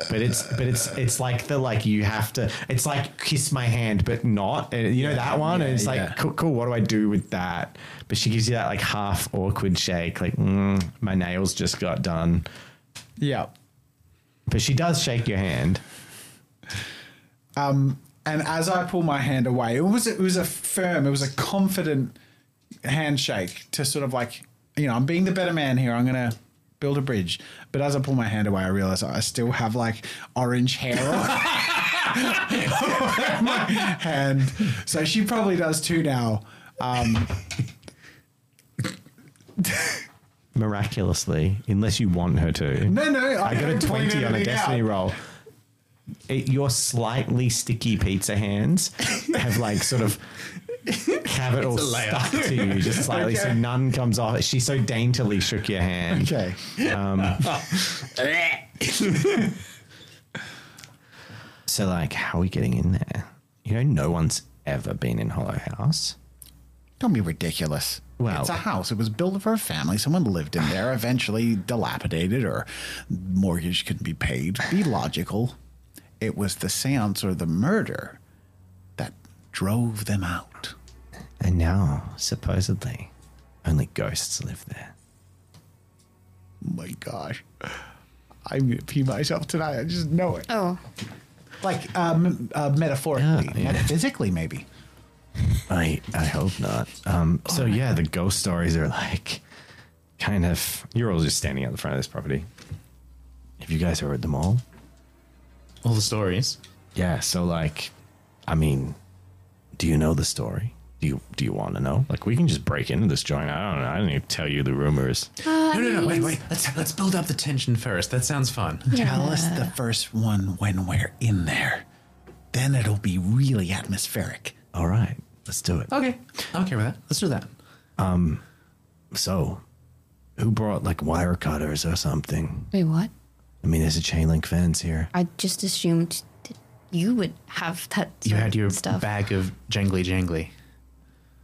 Speaker 1: But it's but it's it's like the like you have to it's like kiss my hand but not uh, you know that one and it's like
Speaker 5: yeah.
Speaker 1: cool, cool what do I do with that but she gives you that like half awkward shake like mm, my nails just got done
Speaker 5: yeah.
Speaker 1: but she does shake your hand
Speaker 5: And as I pull my hand away, it was it was a firm, it was a confident handshake to sort of like, you know, I'm being the better man here. I'm gonna build a bridge. But as I pull my hand away, I realize I still have like orange hair on my hand. So she probably does too now. Um,
Speaker 1: miraculously unless you want her to
Speaker 5: no, no,
Speaker 1: I got a 20 on a destiny roll. It- your slightly sticky pizza hands have like sort of have it all
Speaker 4: layer.
Speaker 1: stuck to you just slightly so
Speaker 5: Okay.
Speaker 1: none comes off. She so daintily shook your hand.
Speaker 5: Okay.
Speaker 1: So like how are we getting in there? You know no one's ever been in Hollow House.
Speaker 5: Don't be ridiculous.
Speaker 1: Well-
Speaker 5: it's a house. It was built for a family. Someone lived in there, eventually dilapidated or mortgage couldn't be paid. Be logical. It was the seance or the murder that drove them out.
Speaker 1: And now supposedly only ghosts live there.
Speaker 5: Oh my gosh. I'm going to pee myself tonight. I just know it.
Speaker 3: Oh,
Speaker 5: Like, um, uh, metaphorically,
Speaker 1: Yeah, yeah.
Speaker 5: metaphysically, maybe.
Speaker 1: I I hope not. Um, so yeah, the ghost stories are like kind of. You're all just standing out the front of this property. If you guys are at the mall,
Speaker 4: All the stories.
Speaker 1: yeah. So like, I mean, do you know the story? Do you do you want to know? Like, we can just break into this joint. I don't know. I didn't even tell you the rumors.
Speaker 4: No, no, no. Wait, wait. Let's let's build up the tension first. That sounds fun.
Speaker 5: Tell us the first one when we're in there. Then it'll be really atmospheric.
Speaker 1: All right, let's do it.
Speaker 4: Okay, I'm okay with that. Let's do that.
Speaker 1: So, who brought like wire cutters or something?
Speaker 3: wait, what?
Speaker 1: I mean, there's a chain link fence here.
Speaker 3: I just assumed that you would have that.
Speaker 4: You
Speaker 3: sort
Speaker 4: had
Speaker 3: of
Speaker 4: your
Speaker 3: stuff.
Speaker 4: bag of jangly jangly.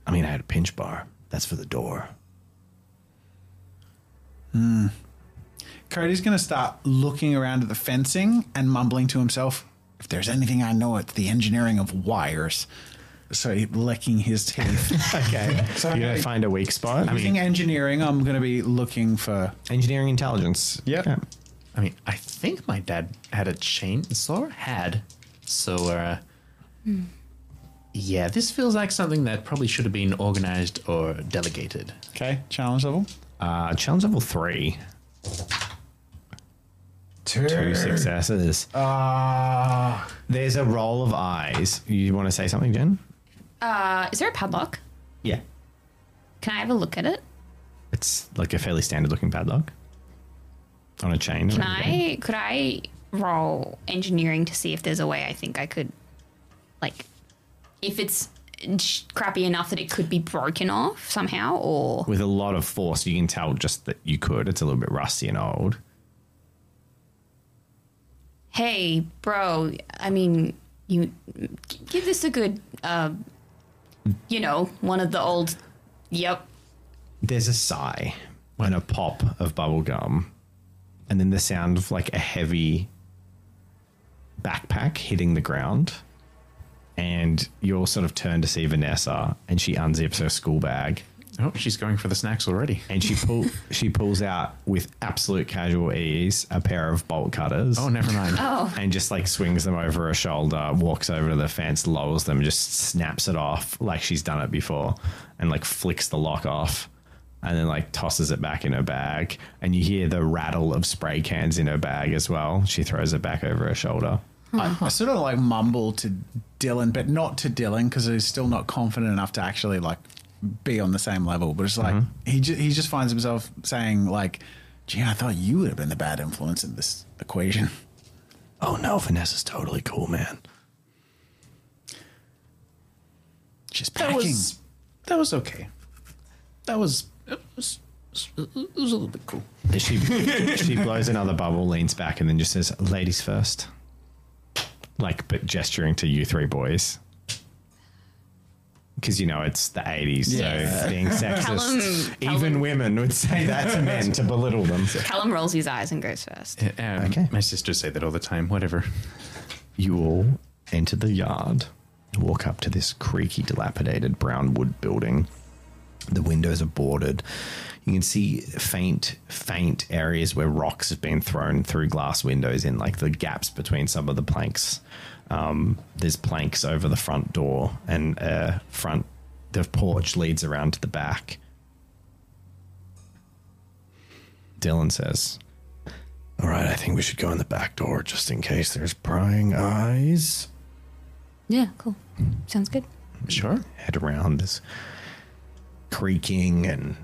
Speaker 1: I mean, I had a pinch bar. That's for the door.
Speaker 5: Cody's going to start looking around at the fencing and mumbling to himself, if there's anything I know, it's the engineering of wires. So he- licking his teeth.
Speaker 1: Okay.
Speaker 5: So
Speaker 1: you don't find a weak spot. I
Speaker 5: Using engineering, I'm going to be looking for.
Speaker 1: engineering intelligence.
Speaker 5: Yeah.
Speaker 4: I mean, I think my dad had a chain saw had. So, uh,
Speaker 3: Hmm.
Speaker 4: yeah, this feels like something that probably should have been organized or delegated.
Speaker 5: Okay, challenge level.
Speaker 1: Uh, challenge level three. Two successes. There's a roll of eyes. You want to say something, Jen?
Speaker 3: Uh, is there a padlock?
Speaker 1: Yeah.
Speaker 3: Can I have a look at it?
Speaker 1: It's like a fairly standard looking padlock on a chain.
Speaker 3: Can I? Could I roll engineering to see if there's a way I think I could Like, if it's sh- crappy enough that it could be broken off somehow, or
Speaker 1: With a lot of force, you can tell just that you could. It's a little bit rusty and old.
Speaker 3: hey, bro, I mean, you g- give this a good, uh, you know, one of the old. Yep.
Speaker 1: There's a sigh and a pop of bubble gum, and then the sound of like a heavy backpack hitting the ground. And you'll sort of turn to see Vanessa, and she unzips her school bag
Speaker 4: Oh, she's going for the snacks already.
Speaker 1: and she pull she pulls out with absolute casual ease a pair of bolt cutters.
Speaker 4: Oh, never mind.
Speaker 1: and just like swings them over her shoulder, walks over to the fence, lowers them, just snaps it off like she's done it before, and like flicks the lock off, and then like tosses it back in her bag. And you hear the rattle of spray cans in her bag as well. She throws it back over her shoulder.
Speaker 5: I,
Speaker 4: Uh-huh.
Speaker 5: I sort of like mumble to Dylan, but not to Dylan because he's still not confident enough to actually like be on the same level. But it's like
Speaker 4: Mm-hmm.
Speaker 5: he ju- he just finds himself saying like, "Gee, I thought you would have been the bad influence in this equation."
Speaker 1: Oh no, Vanessa's totally cool, man.
Speaker 5: She's
Speaker 4: that
Speaker 5: packing.
Speaker 4: was that was okay. That was it was, it was a little bit cool.
Speaker 1: She she blows another bubble, leans back, and then just says, "Ladies first. Like, but gesturing to you three boys. Because you know it's the eighties,
Speaker 5: Yeah.
Speaker 1: so being sexist,
Speaker 3: Callum-
Speaker 1: even
Speaker 3: Callum-
Speaker 1: women would say that to men to belittle them.
Speaker 3: Callum rolls his eyes and goes first.
Speaker 4: Um,
Speaker 1: Okay.
Speaker 4: My sisters say that all the time. Whatever.
Speaker 1: You all enter the yard, walk up to this creaky, dilapidated brown wood building. The windows are boarded. You can see faint, faint areas where rocks have been thrown through glass windows in like the gaps between some of the planks. Um, there's planks over the front door, and uh, front the porch leads around to the back. Dylan says, all right, I think we should go in the back door just in case there's prying eyes.
Speaker 3: Yeah, cool. Sounds good.
Speaker 4: Sure.
Speaker 1: Head around this creaking and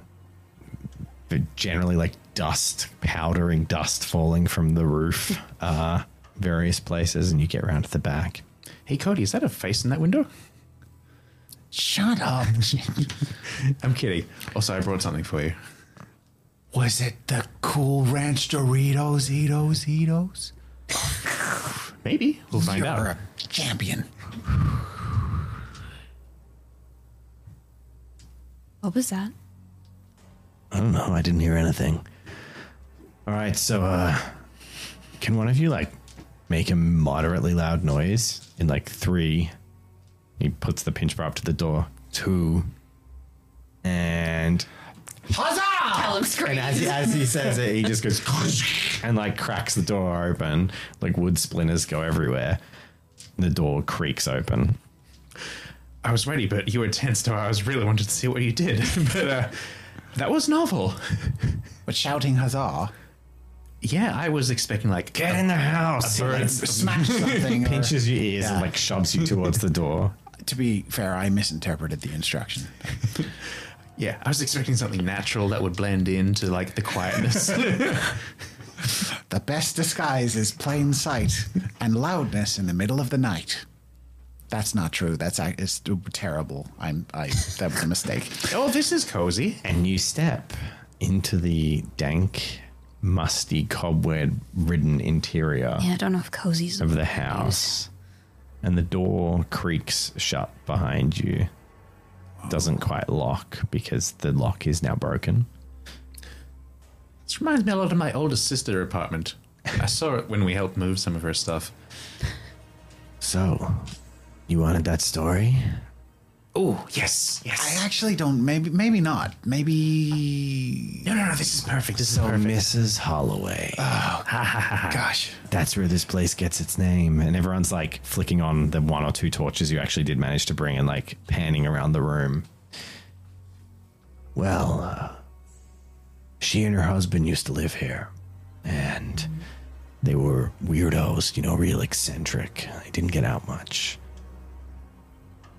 Speaker 1: generally like dust, powdering dust falling from the roof, uh, various places, and you get around to the back.
Speaker 4: Hey, Cody, is that a face in that window?
Speaker 5: Shut up.
Speaker 4: I'm kidding. Also, I brought something for you.
Speaker 5: was it the cool ranch Doritos, Eatos, Eatos?
Speaker 4: Maybe we'll find
Speaker 5: You're
Speaker 4: out.
Speaker 5: a champion.
Speaker 3: What was that?
Speaker 1: I don't know. I didn't hear anything. All right, so uh, can one of you like make a moderately loud noise in like three? He puts the pinch bar up to the door. Two. And
Speaker 2: Huzzah!
Speaker 3: Callum
Speaker 1: and
Speaker 3: screams.
Speaker 1: as he, as he says it, he just goes and like cracks the door open. Like wood splinters go everywhere. The door creaks open.
Speaker 4: I was ready, but you were tense, so I was really wanted to see what you did. but uh, that was novel.
Speaker 5: But shouting huzzah.
Speaker 4: Yeah, I was expecting like
Speaker 1: Get in the house.
Speaker 5: Like, smash something. or-
Speaker 1: pinches your ears
Speaker 5: Yeah.
Speaker 1: and like shoves you towards the door.
Speaker 5: to be fair, I misinterpreted the instruction.
Speaker 4: yeah, I was expecting something natural that would blend into like the quietness.
Speaker 5: The best disguise is plain sight and loudness in the middle of the night. That's not true. That's ac- it's terrible. I'm I that was a mistake.
Speaker 4: oh, this is cozy.
Speaker 1: and you step into the dank, musty, cobweb ridden interior
Speaker 3: yeah, I don't know if cozy's
Speaker 1: of the house, and the door creaks shut behind you. Doesn't quite lock because the lock is now broken.
Speaker 4: This reminds me a lot of my older sister apartment. I saw it when we helped move some of her stuff.
Speaker 1: So, you wanted that story?
Speaker 4: Oh, yes, yes.
Speaker 5: I actually don't. Maybe maybe not. Maybe
Speaker 4: no, no, no, this is perfect. This is
Speaker 1: So,
Speaker 4: perfect. Oh,
Speaker 1: Mrs. Holloway.
Speaker 5: gosh.
Speaker 1: That's where this place gets its name. And everyone's like flicking on the one or two torches you actually did manage to bring and like panning around the room. Well, uh, she and her husband used to live here. And they were weirdos, you know, real eccentric. They didn't get out much.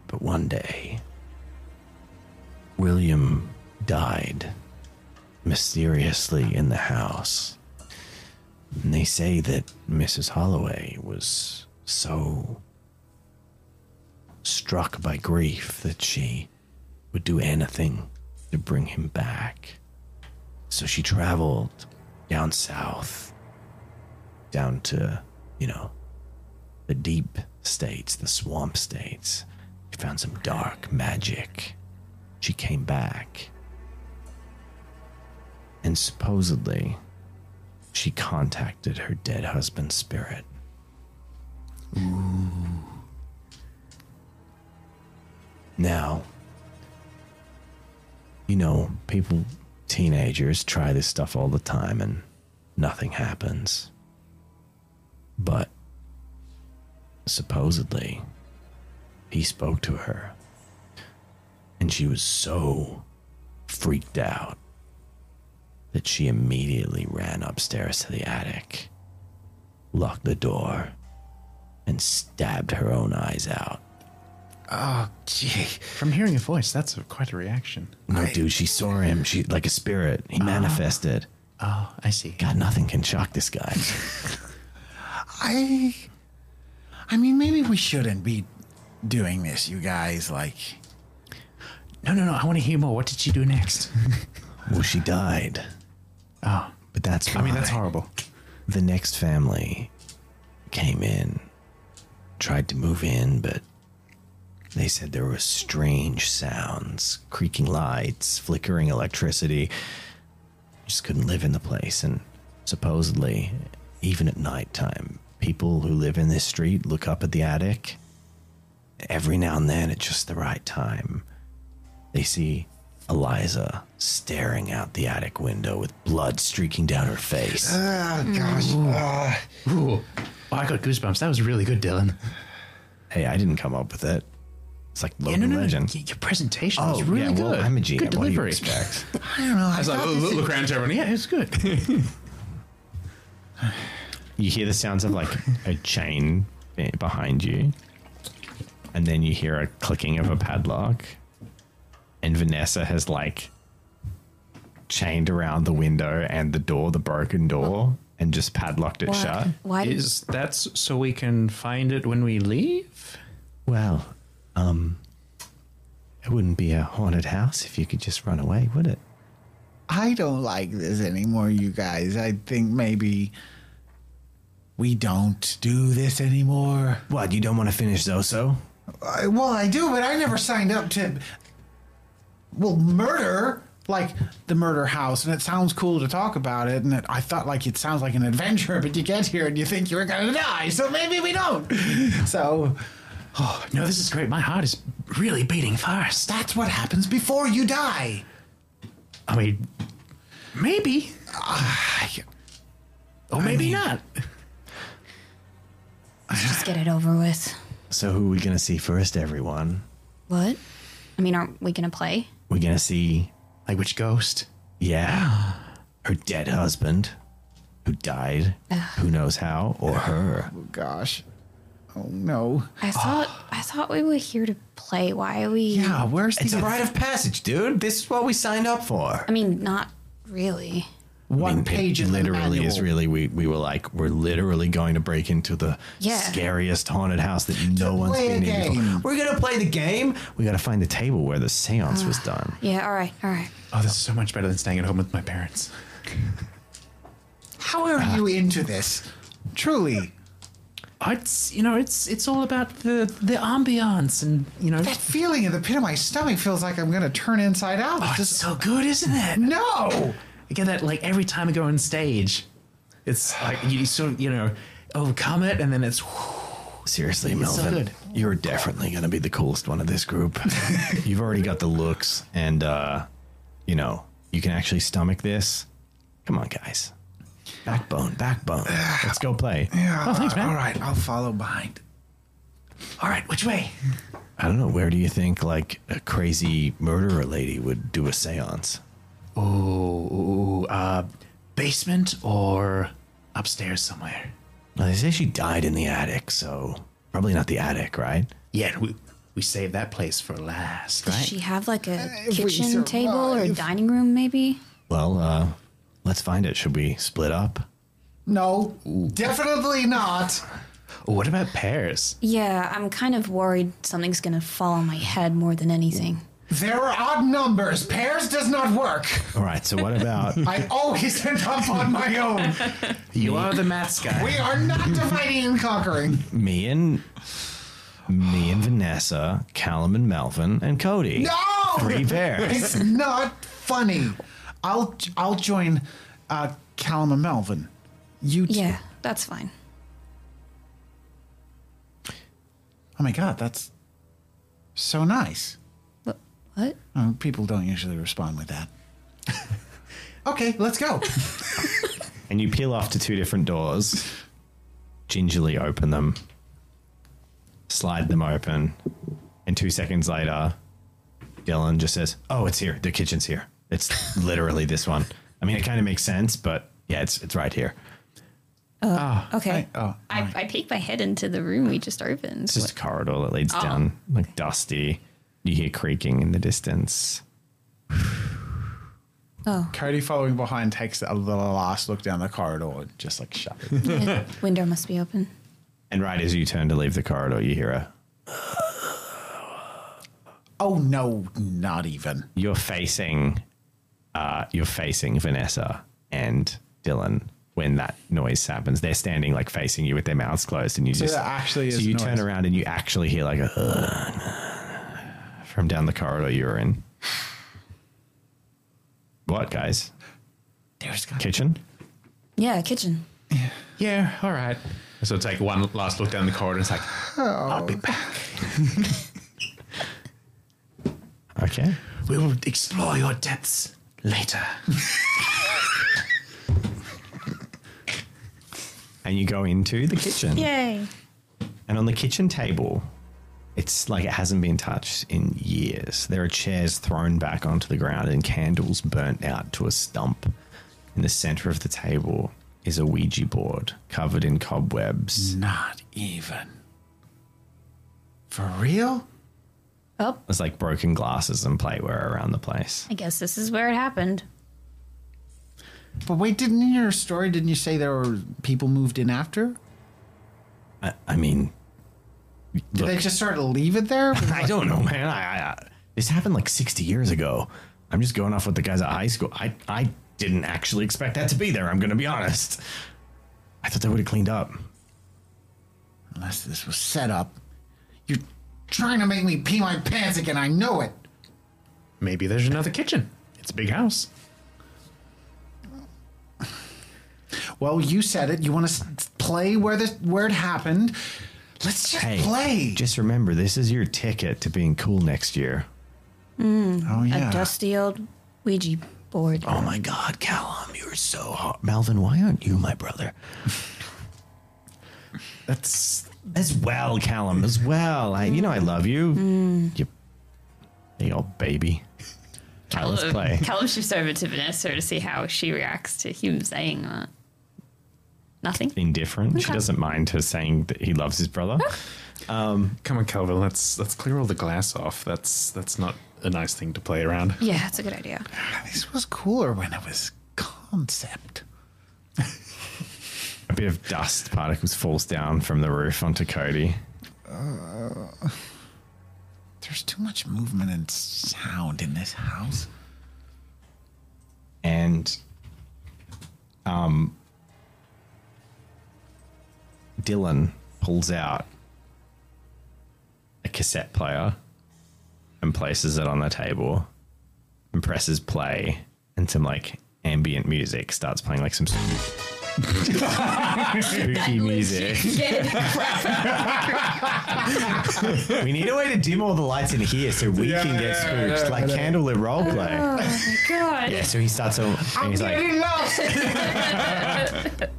Speaker 1: But one day, William died mysteriously in the house. And they say that Mrs. Holloway was so struck by grief that she would do anything to bring him back. So she traveled down south, down to, you know, the deep states, the swamp states. She found some dark magic. She came back. And supposedly, she contacted her dead husband's spirit. Now, you know, people, teenagers, try this stuff all the time and nothing happens. But supposedly, he spoke to her. And she was so freaked out that she immediately ran upstairs to the attic, locked the door, and stabbed her own eyes out.
Speaker 5: Gee.
Speaker 4: From hearing a voice, that's a, quite a reaction.
Speaker 1: No, dude, she saw him. She like a spirit. He
Speaker 4: Uh-huh.
Speaker 1: manifested.
Speaker 4: Oh, I see.
Speaker 1: God, nothing can shock this guy.
Speaker 5: I I mean maybe we shouldn't be doing this, you guys, like
Speaker 4: No, no, no. I want to hear more. What did she do next?
Speaker 1: well, she died.
Speaker 4: Oh,
Speaker 1: But that's
Speaker 4: I mean, that's
Speaker 1: why
Speaker 4: horrible.
Speaker 1: The next family came in, tried to move in, but they said there were strange sounds, creaking lights, flickering electricity. Just couldn't live in the place, and supposedly, even at nighttime, people who live in this street look up at the attic. Every now and then, at just the right time, they see Eliza staring out the attic window with blood streaking down her face.
Speaker 2: Oh, gosh. Ah.
Speaker 4: Ooh. Oh, I got goosebumps. That was really good, Dylan.
Speaker 1: Hey, I didn't come up with it. It's like Logan Legend.
Speaker 4: y- Your presentation
Speaker 1: Oh,
Speaker 4: was really
Speaker 1: yeah, well,
Speaker 4: good.
Speaker 1: I'm a GM.
Speaker 4: Good
Speaker 1: What do you
Speaker 4: delivery.
Speaker 1: expect?
Speaker 5: I don't know. I,
Speaker 4: I was like,
Speaker 5: thought
Speaker 4: look,
Speaker 5: this-
Speaker 4: look around to everyone. Yeah, it's good.
Speaker 1: you hear the sounds of like a chain be- behind you, and then you hear a clicking of a padlock, and Vanessa has like chained around the window and the door, the broken door, and just padlocked it shut.
Speaker 3: Why? Why did-
Speaker 4: Is that's so we can find it when we leave?
Speaker 1: Well, um, it wouldn't be a haunted house if you could just run away, would it?
Speaker 5: I don't like this anymore, you guys. I think maybe we don't do this anymore.
Speaker 1: What? You don't want to finish Zoso?
Speaker 5: I, well, I do, but I never signed up to. Well, murder, like the murder house, and it sounds cool to talk about it, and it, I thought like it sounds like an adventure, but you get here and you think you're gonna die, so maybe we don't. So
Speaker 4: No, this is great. My heart is really beating fast.
Speaker 5: that's what happens before you die.
Speaker 4: I mean, maybe or maybe not.
Speaker 3: Just get it over with.
Speaker 1: So who are we gonna see first, everyone?
Speaker 3: What? I mean, aren't we going to play?
Speaker 1: We're gonna see,
Speaker 4: Like which ghost?
Speaker 1: yeah, her dead husband, who died, who knows how, or her.
Speaker 5: Oh, gosh. Oh no.
Speaker 3: I thought I thought we were here to play. Why are we?
Speaker 5: Yeah, Ah, where's the?
Speaker 1: of passage, dude. This is what we signed up for.
Speaker 3: I mean, not really.
Speaker 5: one page in the
Speaker 1: literally is
Speaker 5: manual.
Speaker 1: really we we were like we're literally going to break into the
Speaker 3: Yeah.
Speaker 1: scariest haunted house that no one's
Speaker 5: play
Speaker 1: been
Speaker 5: a
Speaker 1: in before.
Speaker 5: game.
Speaker 1: We're gonna play the game. Ah. We gotta find the table where the seance was done.
Speaker 3: Yeah. All right. All right.
Speaker 4: Oh, this is so much better than staying at home with my parents.
Speaker 5: How are
Speaker 4: Ah.
Speaker 5: you into this? Truly,
Speaker 4: It's you know, it's it's all about the the ambiance and you know.
Speaker 5: that feeling in the pit of my stomach feels like I'm gonna turn inside out.
Speaker 4: Oh, it's so good, isn't it?
Speaker 5: no.
Speaker 4: I get that like every time I go on stage. It's like you sort of you know overcome it, and then it's
Speaker 1: Seriously,
Speaker 4: so
Speaker 1: Melvin,
Speaker 4: good.
Speaker 1: you're definitely going to be the coolest one of this group. You've already got the looks, and uh, you know you can actually stomach this. Come on, guys, backbone, backbone. Let's go play.
Speaker 5: Yeah.
Speaker 4: Oh, thanks, man.
Speaker 5: All right, I'll follow behind.
Speaker 4: all right. Which way?
Speaker 1: I don't know. Where do you think like a crazy murderer lady would do a séance?
Speaker 4: Oh, uh, basement or upstairs somewhere?
Speaker 1: Well, they say she died in the attic, so probably not the attic, right?
Speaker 4: Yeah, we we saved that place for last, right?
Speaker 3: Does she have like a
Speaker 5: if we
Speaker 3: kitchen table or a
Speaker 5: survive.
Speaker 3: dining room, maybe?
Speaker 1: Well, uh, let's find it. Should we split up?
Speaker 5: No, definitely not.
Speaker 4: What about pears?
Speaker 3: Yeah, I'm kind of worried something's gonna fall on my head more than anything.
Speaker 2: There are odd numbers. Pairs does not work.
Speaker 1: All right, so what about
Speaker 2: I always end up on my own.
Speaker 4: You are the maths guy.
Speaker 2: We are not dividing and conquering.
Speaker 1: me and me and Vanessa, Callum and Melvin, and Cody?
Speaker 2: No!
Speaker 1: three pairs.
Speaker 2: It's not
Speaker 5: Funny. I'll I'll join uh, Callum and Melvin. You. T-
Speaker 3: Yeah, that's fine.
Speaker 5: Oh my god, that's so nice.
Speaker 3: What? what?
Speaker 5: Oh, people don't usually respond with that.
Speaker 2: okay. Let's go.
Speaker 1: And you peel off to two different doors, gingerly open them, slide them open, and two seconds later, Dylan just says, "Oh, it's here. The kitchen's here. It's literally this one. I mean, it kind of makes sense, but yeah, it's it's right here.
Speaker 3: Okay.
Speaker 5: I- oh,
Speaker 3: I, I peek my head into the room we just opened.
Speaker 1: It's just a corridor that leads down, like dusty. You hear creaking in the distance.
Speaker 5: Cody following behind takes a little last look down the corridor, and just like shut it.
Speaker 3: Window must be open.
Speaker 1: And right as you turn to leave the corridor, you hear a.
Speaker 5: oh no, not even.
Speaker 1: You're facing, uh, you're facing Vanessa and Dylan. When that noise happens, they're standing like facing you with their mouths closed, and you just
Speaker 5: there actually
Speaker 1: so
Speaker 5: is
Speaker 1: you
Speaker 5: noise.
Speaker 1: turn around and you actually hear like a from down the corridor you're in. What guys?
Speaker 5: There's got
Speaker 1: Kitchen?
Speaker 3: Yeah, kitchen.
Speaker 4: Yeah, all right. So take one last look down the corridor. It's like,
Speaker 1: Okay.
Speaker 4: we will explore your depths later.
Speaker 1: And you go into the kitchen.
Speaker 3: Yay.
Speaker 1: And on the kitchen table, it's like it hasn't been touched in years. There are chairs thrown back onto the ground and candles burnt out to a stump. In the center of the table is a Ouija board covered in cobwebs.
Speaker 5: not even. For real?
Speaker 3: Oh,
Speaker 1: There's like broken glasses and plateware around the place.
Speaker 3: I guess this is where it happened.
Speaker 5: But wait, didn't in your story didn't you say there were people moved in after?
Speaker 1: I, I mean,
Speaker 5: Did they
Speaker 1: look,
Speaker 5: just sort of leave it there?
Speaker 1: I don't know, man. I, I, I, this happened like 60 years ago. I'm just going off with the guys at high school. I, I didn't actually expect that to be there. I'm going to be honest. I thought they would have cleaned up.
Speaker 5: Unless this was set up.
Speaker 2: You're trying to make me pee my pants again. I know it.
Speaker 4: Maybe there's another kitchen. It's a big house.
Speaker 5: Well, you said it. You want to play where this where it happened.
Speaker 2: Let's just
Speaker 1: Hey,
Speaker 2: play.
Speaker 1: Just remember, this is your ticket to being cool next year.
Speaker 5: Oh yeah.
Speaker 3: A dusty old Ouija board.
Speaker 1: Oh my God, Callum, you are so hot. Oh, Melvin, why aren't you my brother? That's as well, Callum, as well. I, you know, I love you.
Speaker 4: Hmm.
Speaker 1: You, you old baby. All right, Oh, let's play.
Speaker 3: Callum shifts over to Vanessa to see how she reacts to him saying that. Nothing.
Speaker 1: Indifferent. She
Speaker 3: Okay.
Speaker 1: doesn't mind her saying that he loves his brother.
Speaker 4: Come on, Calvin. Let's let's clear all the glass off. That's that's not a nice thing to play around.
Speaker 3: Yeah, that's a good idea.
Speaker 5: This was cooler when it was concept.
Speaker 1: A bit of dust particles falls down from the roof onto Cody.
Speaker 5: There's too much movement and sound in this house.
Speaker 1: and um, Dylan pulls out a cassette player and places it on the table and presses play and some like ambient music starts playing like some spoo- spooky music. we need a way to dim all the lights in here so we
Speaker 4: Yeah,
Speaker 1: can get
Speaker 4: yeah,
Speaker 1: spooked
Speaker 4: yeah,
Speaker 1: like candlelit roleplay.
Speaker 3: God.
Speaker 1: Yeah, so he starts on. And he's like,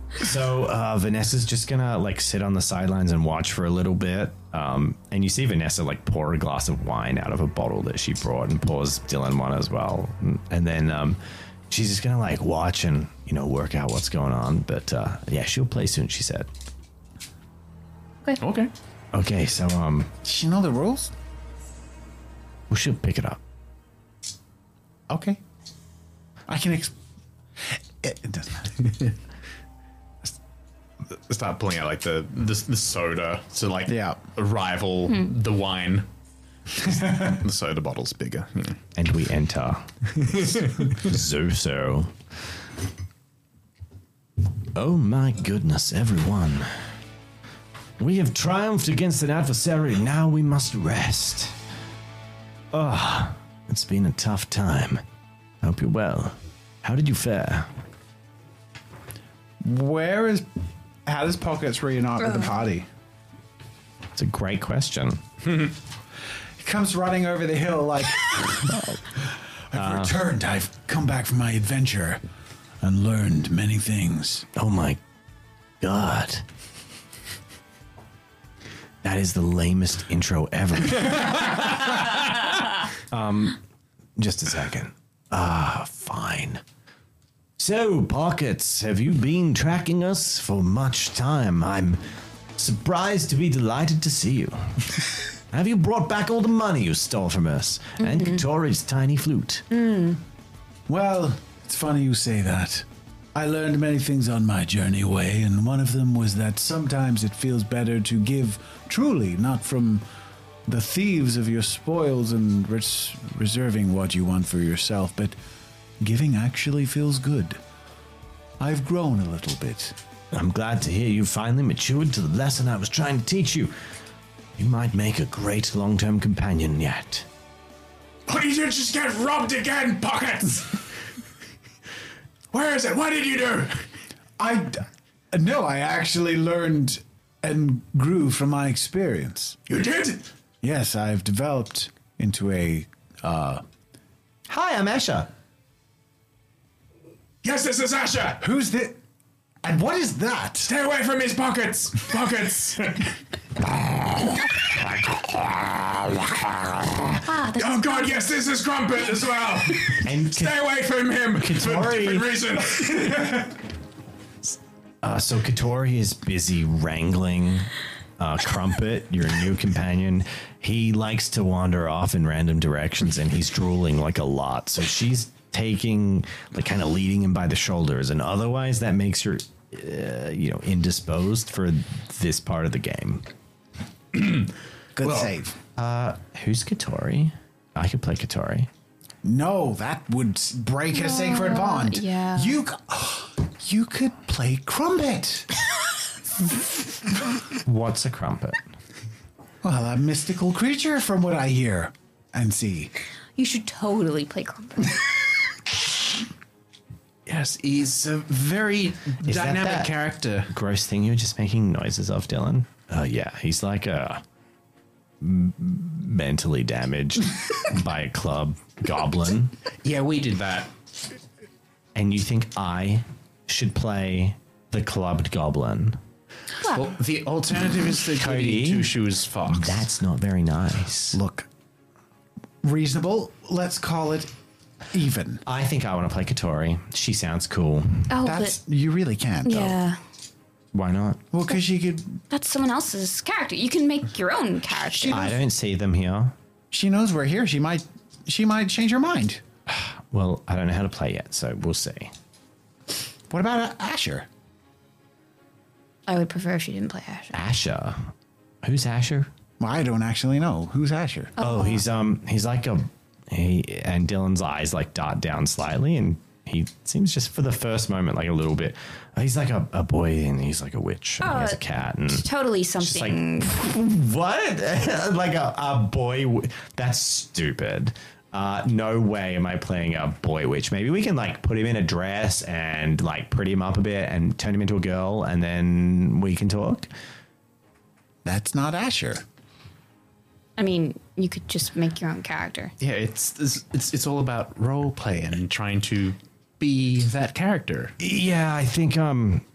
Speaker 1: so uh, Vanessa's just gonna like sit on the sidelines and watch for a little bit. Um, and you see Vanessa like pour a glass of wine out of a bottle that she brought and pours Dylan one as well. And, and then um, she's just gonna like watch and you know work out what's going on. But uh, yeah, she'll play soon. She said.
Speaker 4: Okay.
Speaker 1: Okay, so um,
Speaker 5: Does she know the rules?
Speaker 1: we should pick it up.
Speaker 5: Okay. I can exp- it, it doesn't matter.
Speaker 4: start pulling out like the the, the soda to like
Speaker 5: Yeah.
Speaker 4: rival the wine. the soda bottle's bigger. you know.
Speaker 1: and we enter Zoso. Oh my goodness, everyone. We have triumphed against an adversary. Now we must rest. Ah, it's been a tough time. I hope you're well. How did you fare?
Speaker 5: Where is? How does Pockets reunite with the party?
Speaker 1: It's a great question.
Speaker 5: He comes running over the hill like,
Speaker 2: I've returned. I've come back from my adventure and learned many things.
Speaker 1: Oh my god. That is the lamest intro ever. um, just a second. Ah, fine. So, Pockets, have you been tracking us for much time? I'm surprised to be delighted to see you. have you brought back all the money you stole from us? And Katori's tiny flute.
Speaker 2: Well, it's funny you say that. I learned many things on my journey away, and one of them was that sometimes it feels better to give truly, not from the thieves of your spoils and res- reserving what you want for yourself, but giving actually feels good. I've grown a little bit.
Speaker 1: I'm glad to hear you finally matured to the lesson I was trying to teach you. You might make a great long term companion yet.
Speaker 4: Why did you just get robbed again, Pockets? Where is it? What did you do?
Speaker 2: I d- no, I actually learned and grew from my experience.
Speaker 4: You did?
Speaker 2: Yes, I've developed into a
Speaker 1: Hi, I'm Esha.
Speaker 4: Yes, this is Asher.
Speaker 2: who's the and what is that?
Speaker 4: Stay away from his pockets. Pockets.
Speaker 3: Ah, that's
Speaker 4: oh god, yes, this is Crumpet as well.
Speaker 1: And
Speaker 4: Stay away from him for
Speaker 1: Katori.
Speaker 4: different reasons.
Speaker 1: uh, so Katori is busy wrangling uh, Crumpet, your new companion. He likes to wander off in random directions and he's drooling like a lot. So she's taking, like, kind of leading him by the shoulders. And otherwise, that makes her, uh, you know, indisposed for this part of the game.
Speaker 5: "Good save."
Speaker 1: Who's Katori? I could play Katori.
Speaker 5: No, that would s- break a sacred bond.
Speaker 3: yeah.
Speaker 5: You, c- you could play Crumpet.
Speaker 1: What's a crumpet?
Speaker 5: Well, a mystical creature, from what I hear and see.
Speaker 3: You should totally play Clumper.
Speaker 4: Yes, he's a very
Speaker 1: Is that
Speaker 4: dynamic
Speaker 1: that-
Speaker 4: character.
Speaker 1: Gross thing you were just making noises of, Dylan. Uh, yeah, he's like a m- mentally damaged by a club goblin,
Speaker 4: Yeah, we did that.
Speaker 1: and you think I should play the clubbed goblin?
Speaker 4: Well, the alternative is the
Speaker 1: Cody?
Speaker 4: Cody Two Shoes Fox.
Speaker 1: That's not very nice.
Speaker 5: Look, reasonable. Let's call it even.
Speaker 1: I think I want to play Katori. She sounds cool.
Speaker 3: Oh,
Speaker 5: That's
Speaker 3: but uh,
Speaker 5: you really can't. Though.
Speaker 3: yeah.
Speaker 1: Why not?
Speaker 5: Well, because you could.
Speaker 3: That's someone else's character. You can make your own character.
Speaker 1: I don't see them here.
Speaker 5: She knows we're here. She might. She might change her mind.
Speaker 1: Well, I don't know how to play yet, so we'll see.
Speaker 5: What about Asher?
Speaker 3: I would prefer if she didn't play Ash.
Speaker 1: Asher, who's Asher?
Speaker 5: Well, I don't actually know who's Asher.
Speaker 1: Oh, he's um he's like a he and Dylan's eyes like dart down slightly and he seems just for the first moment like a little bit he's like a, a boy and he's like a witch and he has a
Speaker 3: Oh.
Speaker 1: cat and
Speaker 3: Totally
Speaker 1: just
Speaker 3: something.
Speaker 1: like what like a, a boy w- that's stupid uh, no way am I playing a boy witch maybe we can like put him in a dress and like pretty him up a bit and turn him into a girl and then we can talk
Speaker 5: That's not Asher.
Speaker 3: I mean, you could just make your own character.
Speaker 4: yeah, it's, it's it's it's all about role play and trying to be that character.
Speaker 1: Yeah, I think um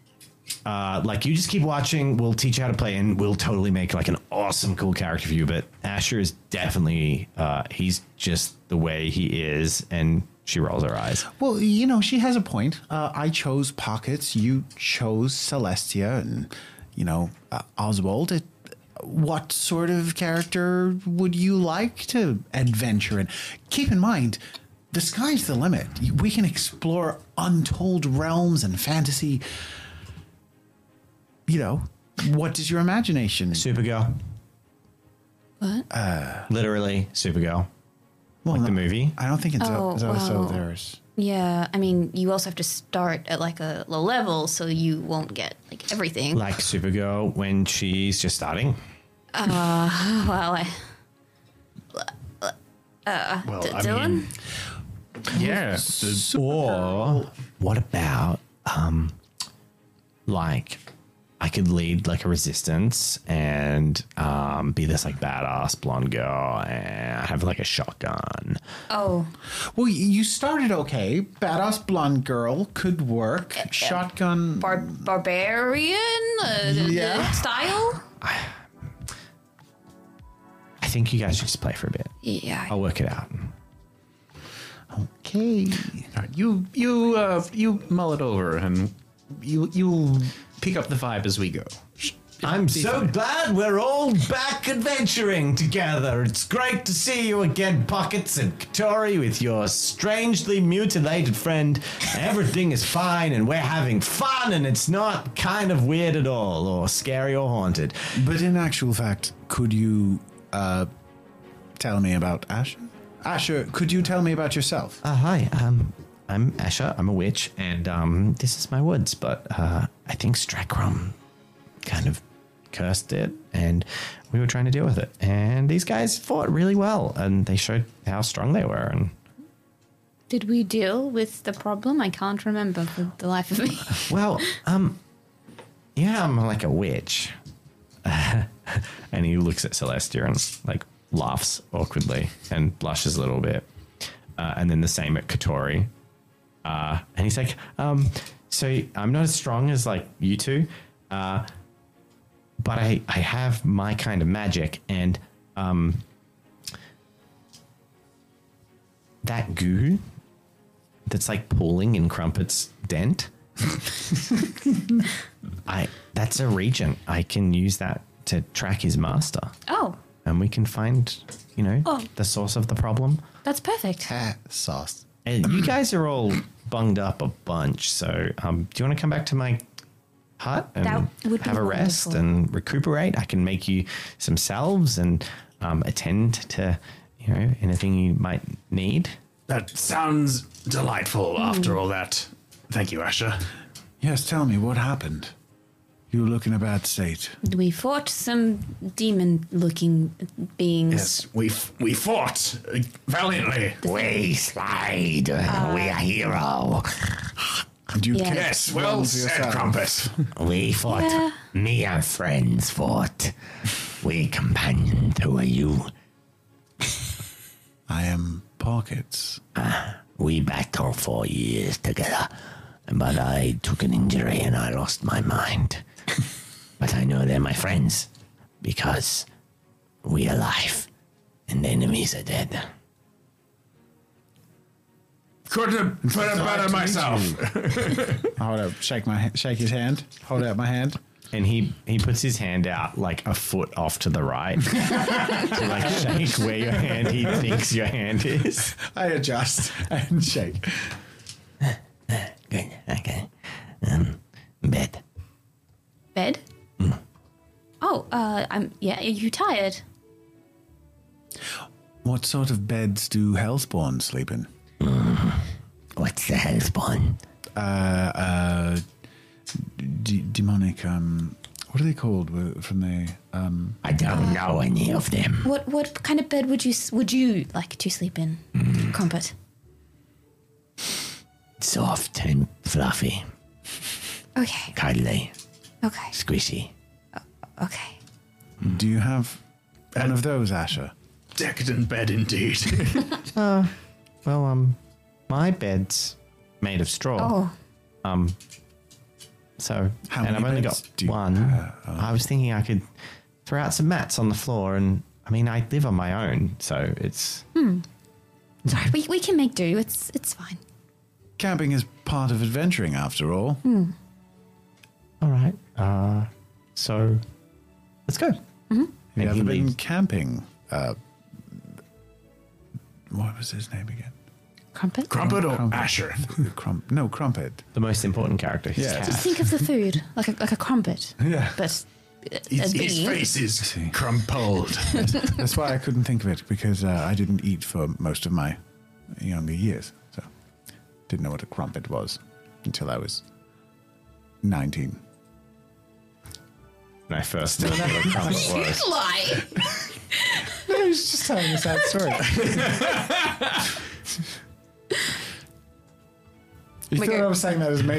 Speaker 1: uh like you just keep watching, we'll teach you how to play and we'll totally make like an awesome cool character for you, but Asher is definitely uh he's just the way he is and she rolls her eyes.
Speaker 5: Well, you know, she has a point. Uh, I chose Pockets. You chose Celestia, and you know, uh, Oswald. It, what sort of character would you like to adventure in? Keep in mind, the sky's the limit. We can explore untold realms and fantasy. you know, what does your imagination?
Speaker 1: Supergirl.
Speaker 3: What?
Speaker 1: Literally, Supergirl.
Speaker 5: Uh, well,
Speaker 1: Like
Speaker 5: no,
Speaker 1: the movie.
Speaker 5: I don't think it's
Speaker 3: Oh,
Speaker 5: also
Speaker 3: wow.
Speaker 5: theirs.
Speaker 3: Yeah, I mean, you also have to start at like a low level, so you won't get like everything.
Speaker 1: Like Supergirl when she's just starting.
Speaker 3: well, I,
Speaker 4: Well,
Speaker 3: D-
Speaker 4: I
Speaker 3: Dylan,
Speaker 4: mean, yeah. the-
Speaker 1: Or what about um like I could lead like a resistance and um, be this like badass blonde girl and have like a shotgun.
Speaker 3: oh,
Speaker 5: Well, y- you started okay. Badass blonde girl could work.
Speaker 3: Uh,
Speaker 5: Shotgun.
Speaker 3: bar- barbarian uh,
Speaker 5: Yeah.
Speaker 3: style.
Speaker 1: I think you guys should just play for a bit.
Speaker 3: Yeah,
Speaker 1: I'll work it out.
Speaker 5: Okay.
Speaker 4: you you uh, you mull it over and you you pick up the vibe as we go.
Speaker 1: I'm so glad we're all back adventuring together. It's great to see you again, Pockets and Katori, with your strangely mutilated friend. Everything is fine and we're having fun, and it's not kind of weird at all, or scary or haunted.
Speaker 5: But in actual fact, could you uh, tell me about Asher? Asher, could you tell me about yourself?
Speaker 1: Uh, hi, um, I'm Asha. I'm a witch, and um, this is my woods. But uh, I think Strachrom kind of cursed it, and we were trying to deal with it. And these guys fought really well, and they showed how strong they were. And
Speaker 3: Did we deal with the problem? I can't remember for the life of me.
Speaker 1: well, um, yeah, I'm like a witch. and he looks at Celestia and like laughs awkwardly and blushes a little bit, uh, and then the same at Katori. Uh, and he's like, um, "So I'm not as strong as like you two, uh, but I I have my kind of magic, and um, that goo that's like pooling in Crumpet's dent." I that's a regent. I can use that to track his master,
Speaker 3: Oh,
Speaker 1: and we can find, you know,
Speaker 3: Oh.
Speaker 1: the source of the problem.
Speaker 3: that's perfect.
Speaker 5: Ah, sauce.
Speaker 1: And you guys are all bunged up a bunch, so um, do you want to come back to my hut and
Speaker 3: That would be
Speaker 1: have a rest
Speaker 3: wonderful.
Speaker 1: and recuperate? I can make you some salves and um, attend to you know anything you might need.
Speaker 4: That sounds delightful. After all that, thank you, Asher.
Speaker 2: Yes, tell me what happened. You look in a bad state.
Speaker 3: We fought some demon-looking beings.
Speaker 4: Yes, we f- we fought uh, valiantly.
Speaker 1: We slide. we
Speaker 3: Uh,
Speaker 1: are hero.
Speaker 5: Do you
Speaker 3: Yeah. Uh,
Speaker 5: care?
Speaker 4: Yes, well
Speaker 5: Well,
Speaker 4: said,
Speaker 5: yourself.
Speaker 4: Crumpet.
Speaker 1: We fought.
Speaker 3: Yeah.
Speaker 1: Me and friends fought. We companions. Who are you?
Speaker 2: I am Pockets.
Speaker 1: We battled for years together, but I took an injury and I lost my mind. but I know they're my friends because we are alive and the enemies are dead.
Speaker 4: Couldn't have put it better myself.
Speaker 5: I would have shake my shake his hand, hold out my hand.
Speaker 1: And he, he puts his hand out like a foot off to the right to like shake where your hand he thinks your hand is.
Speaker 5: I adjust and shake.
Speaker 1: Good. Okay. Um, bed.
Speaker 3: Bed.
Speaker 4: Mm.
Speaker 3: Oh, uh, I'm. Yeah, are you tired?
Speaker 2: What sort of beds do Hellspawn sleep in?
Speaker 1: What's the hellspawn?
Speaker 2: Uh, d- demonic, um, what are they called Were- from the, um,
Speaker 1: I don't know any of them.
Speaker 3: Ah. What what kind of bed would you s- would you like to sleep in,
Speaker 1: Hmm.
Speaker 3: Crumpet?
Speaker 1: Soft and fluffy,
Speaker 3: Okay,
Speaker 1: cuddly,
Speaker 3: okay,
Speaker 1: squishy.
Speaker 3: okay.
Speaker 2: do you have
Speaker 5: Mm.
Speaker 2: one of those, Asher?
Speaker 4: Decadent bed indeed.
Speaker 1: Well, um, my bed's made of straw. Um,
Speaker 3: Oh,
Speaker 1: So,
Speaker 2: How
Speaker 1: and
Speaker 2: many
Speaker 1: I've only
Speaker 2: beds
Speaker 1: got
Speaker 2: do you
Speaker 1: one. I was thinking I could throw out some mats on the floor, and I mean, I live on my own, so it's
Speaker 3: we we can make do. It's it's fine.
Speaker 2: Camping is part of adventuring, after all.
Speaker 1: all right. Uh, so let's go. Mm-hmm.
Speaker 2: Have you
Speaker 1: And he
Speaker 2: ever been
Speaker 1: leaves.
Speaker 2: camping? Uh, what was his name again?
Speaker 3: Crumpet?
Speaker 4: Crumpet or
Speaker 2: Crumpet.
Speaker 4: Asher?
Speaker 2: Crump, no, Crumpet.
Speaker 1: The most important character. His
Speaker 2: Yeah.
Speaker 1: cat.
Speaker 3: Think of the food, like a, like a crumpet.
Speaker 2: Yeah.
Speaker 3: But a- a
Speaker 4: His, his
Speaker 3: bean.
Speaker 4: face is
Speaker 2: See.
Speaker 4: crumpled.
Speaker 2: That's why I couldn't think of it because uh, I didn't eat for most of my younger years, so didn't know what a crumpet was until I was nineteen.
Speaker 1: When I first knew what a crumpet was.
Speaker 3: You lie.
Speaker 2: I was just telling a sad story. You
Speaker 3: My
Speaker 2: thought
Speaker 3: God.
Speaker 2: I was saying that as me.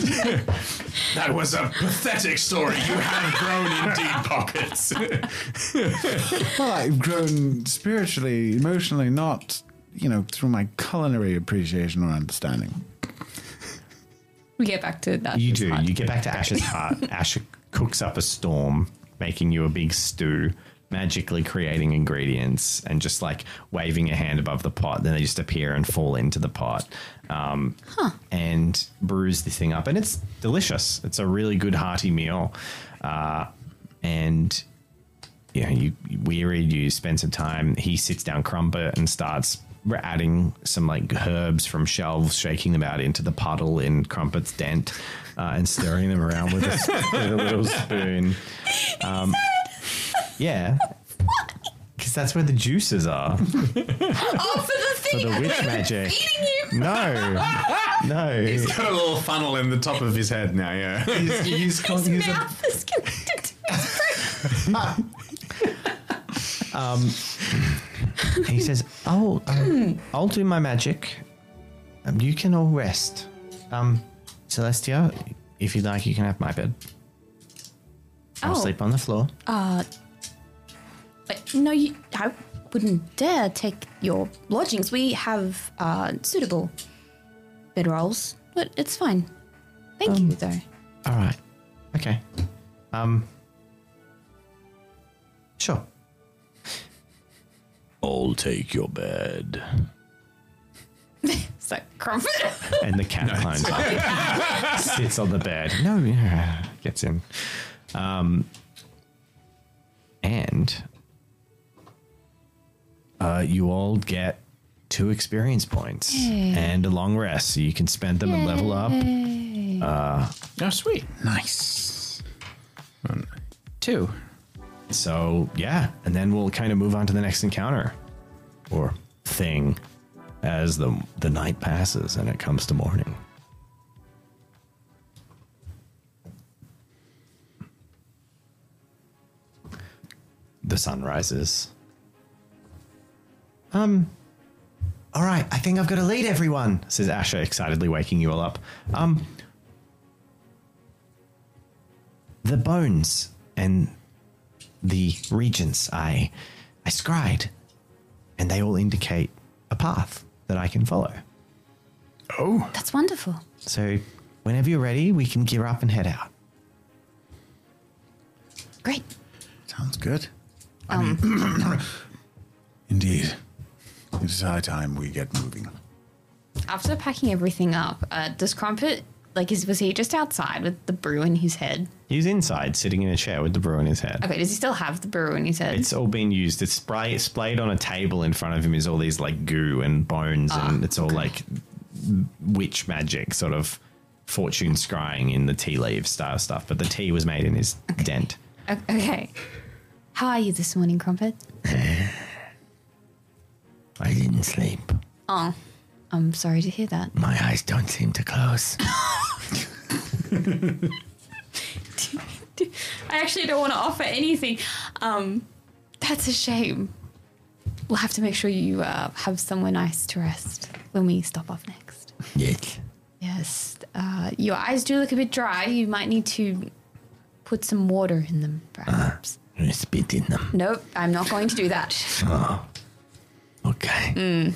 Speaker 4: that was a pathetic story. You have grown indeed, pockets.
Speaker 2: Well, I've grown spiritually, emotionally, not, you know, through my culinary appreciation or understanding.
Speaker 3: We get back to that.
Speaker 1: You do. You get back to Ash's heart. Ash cooks up a storm, making you a big stew, magically creating ingredients, and just like waving a hand above the pot. Then they just appear and fall into the pot. Um, And brews the thing up. And it's delicious. It's a really good, hearty meal. Uh, and. Yeah, you you wearied. You spend some time. He sits down, Crumpet, and starts adding some like herbs from shelves, shaking them out into the puddle in Crumpet's dent, uh, and stirring them around with a, s- with a little spoon. Um, yeah, because that's where the juices are for
Speaker 3: Oh, for the thing.
Speaker 1: the witch magic.
Speaker 3: Eating you.
Speaker 1: No, no. He's,
Speaker 4: Got a little funnel in the top of his head now, yeah.
Speaker 1: he's con- he's
Speaker 3: His
Speaker 1: a-
Speaker 3: mouth is connected to his
Speaker 1: And he says, "I'll, um, I'll do my magic. Um, you can all rest. Um, Celestia, if you'd like, you can have my bed. I'll
Speaker 3: Oh.
Speaker 1: sleep on the floor.
Speaker 3: But no, you, I wouldn't dare take your lodgings. We have uh, suitable bedrolls, but it's fine. Thank
Speaker 1: Um,
Speaker 3: you, though.
Speaker 1: All right. Okay. Um. Sure.
Speaker 6: I'll take your bed.
Speaker 3: It's like crumpet.
Speaker 1: And the cat climbs up, sits on the bed. No, yeah, gets in. Um. And uh, you all get two experience points and a long rest, so you can spend them and level up.
Speaker 4: oh, sweet.
Speaker 5: Nice.
Speaker 4: Two.
Speaker 1: So yeah, and then we'll kind of move on to the next encounter or thing as the the night passes and it comes to morning. The sun rises. Um all right, I think I've got to lead everyone, says Asha excitedly waking you all up. Um the bones and the regions I I scried, and they all indicate a path that I can follow.
Speaker 3: That's wonderful.
Speaker 1: So whenever you're ready, we can gear up and head out.
Speaker 3: Great.
Speaker 2: Sounds good.
Speaker 3: Um,
Speaker 2: Indeed. It is high time we get moving.
Speaker 3: after packing everything up, uh, does crumpet like is was he just outside with the brew in his head?
Speaker 1: He's inside, sitting in a chair with the brew in his hand.
Speaker 3: Okay, does he still have the brew in his head?
Speaker 1: It's all been used. It's spray, splayed on a table in front of him. Is all these like goo and bones, and it's all like witch magic, sort of fortune scrying in the tea leaves style stuff. But the tea was made in his dent.
Speaker 3: O- okay. How are you this morning, crumpet?
Speaker 6: I didn't sleep.
Speaker 3: Oh, I'm sorry to hear that.
Speaker 6: My eyes don't seem to close.
Speaker 3: I actually don't want to offer anything. Um, that's a shame. We'll have to make sure you uh, have somewhere nice to rest when we stop off next.
Speaker 6: Yes.
Speaker 3: Yes, uh, your eyes do look a bit dry. You might need to put some water in them, perhaps.
Speaker 6: I spit in them.
Speaker 3: Nope, I'm not going to do that.
Speaker 6: Okay.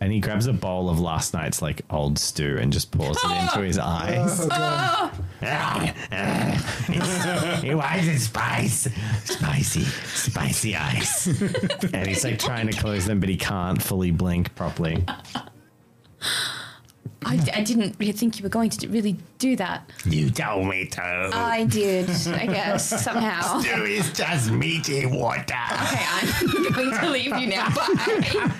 Speaker 1: And he grabs a bowl of last night's like old stew and just pours it into his
Speaker 4: Ah!
Speaker 1: eyes.
Speaker 4: Ah!
Speaker 6: It was in spice. Spicy, spicy eyes.
Speaker 1: And he's like trying to close them, but he can't fully blink properly.
Speaker 3: I, I didn't really think you were going to really do that.
Speaker 6: You told me to.
Speaker 3: I did, I guess, somehow. Okay,
Speaker 6: There is just meaty water.
Speaker 3: I'm going to leave you now. Bye.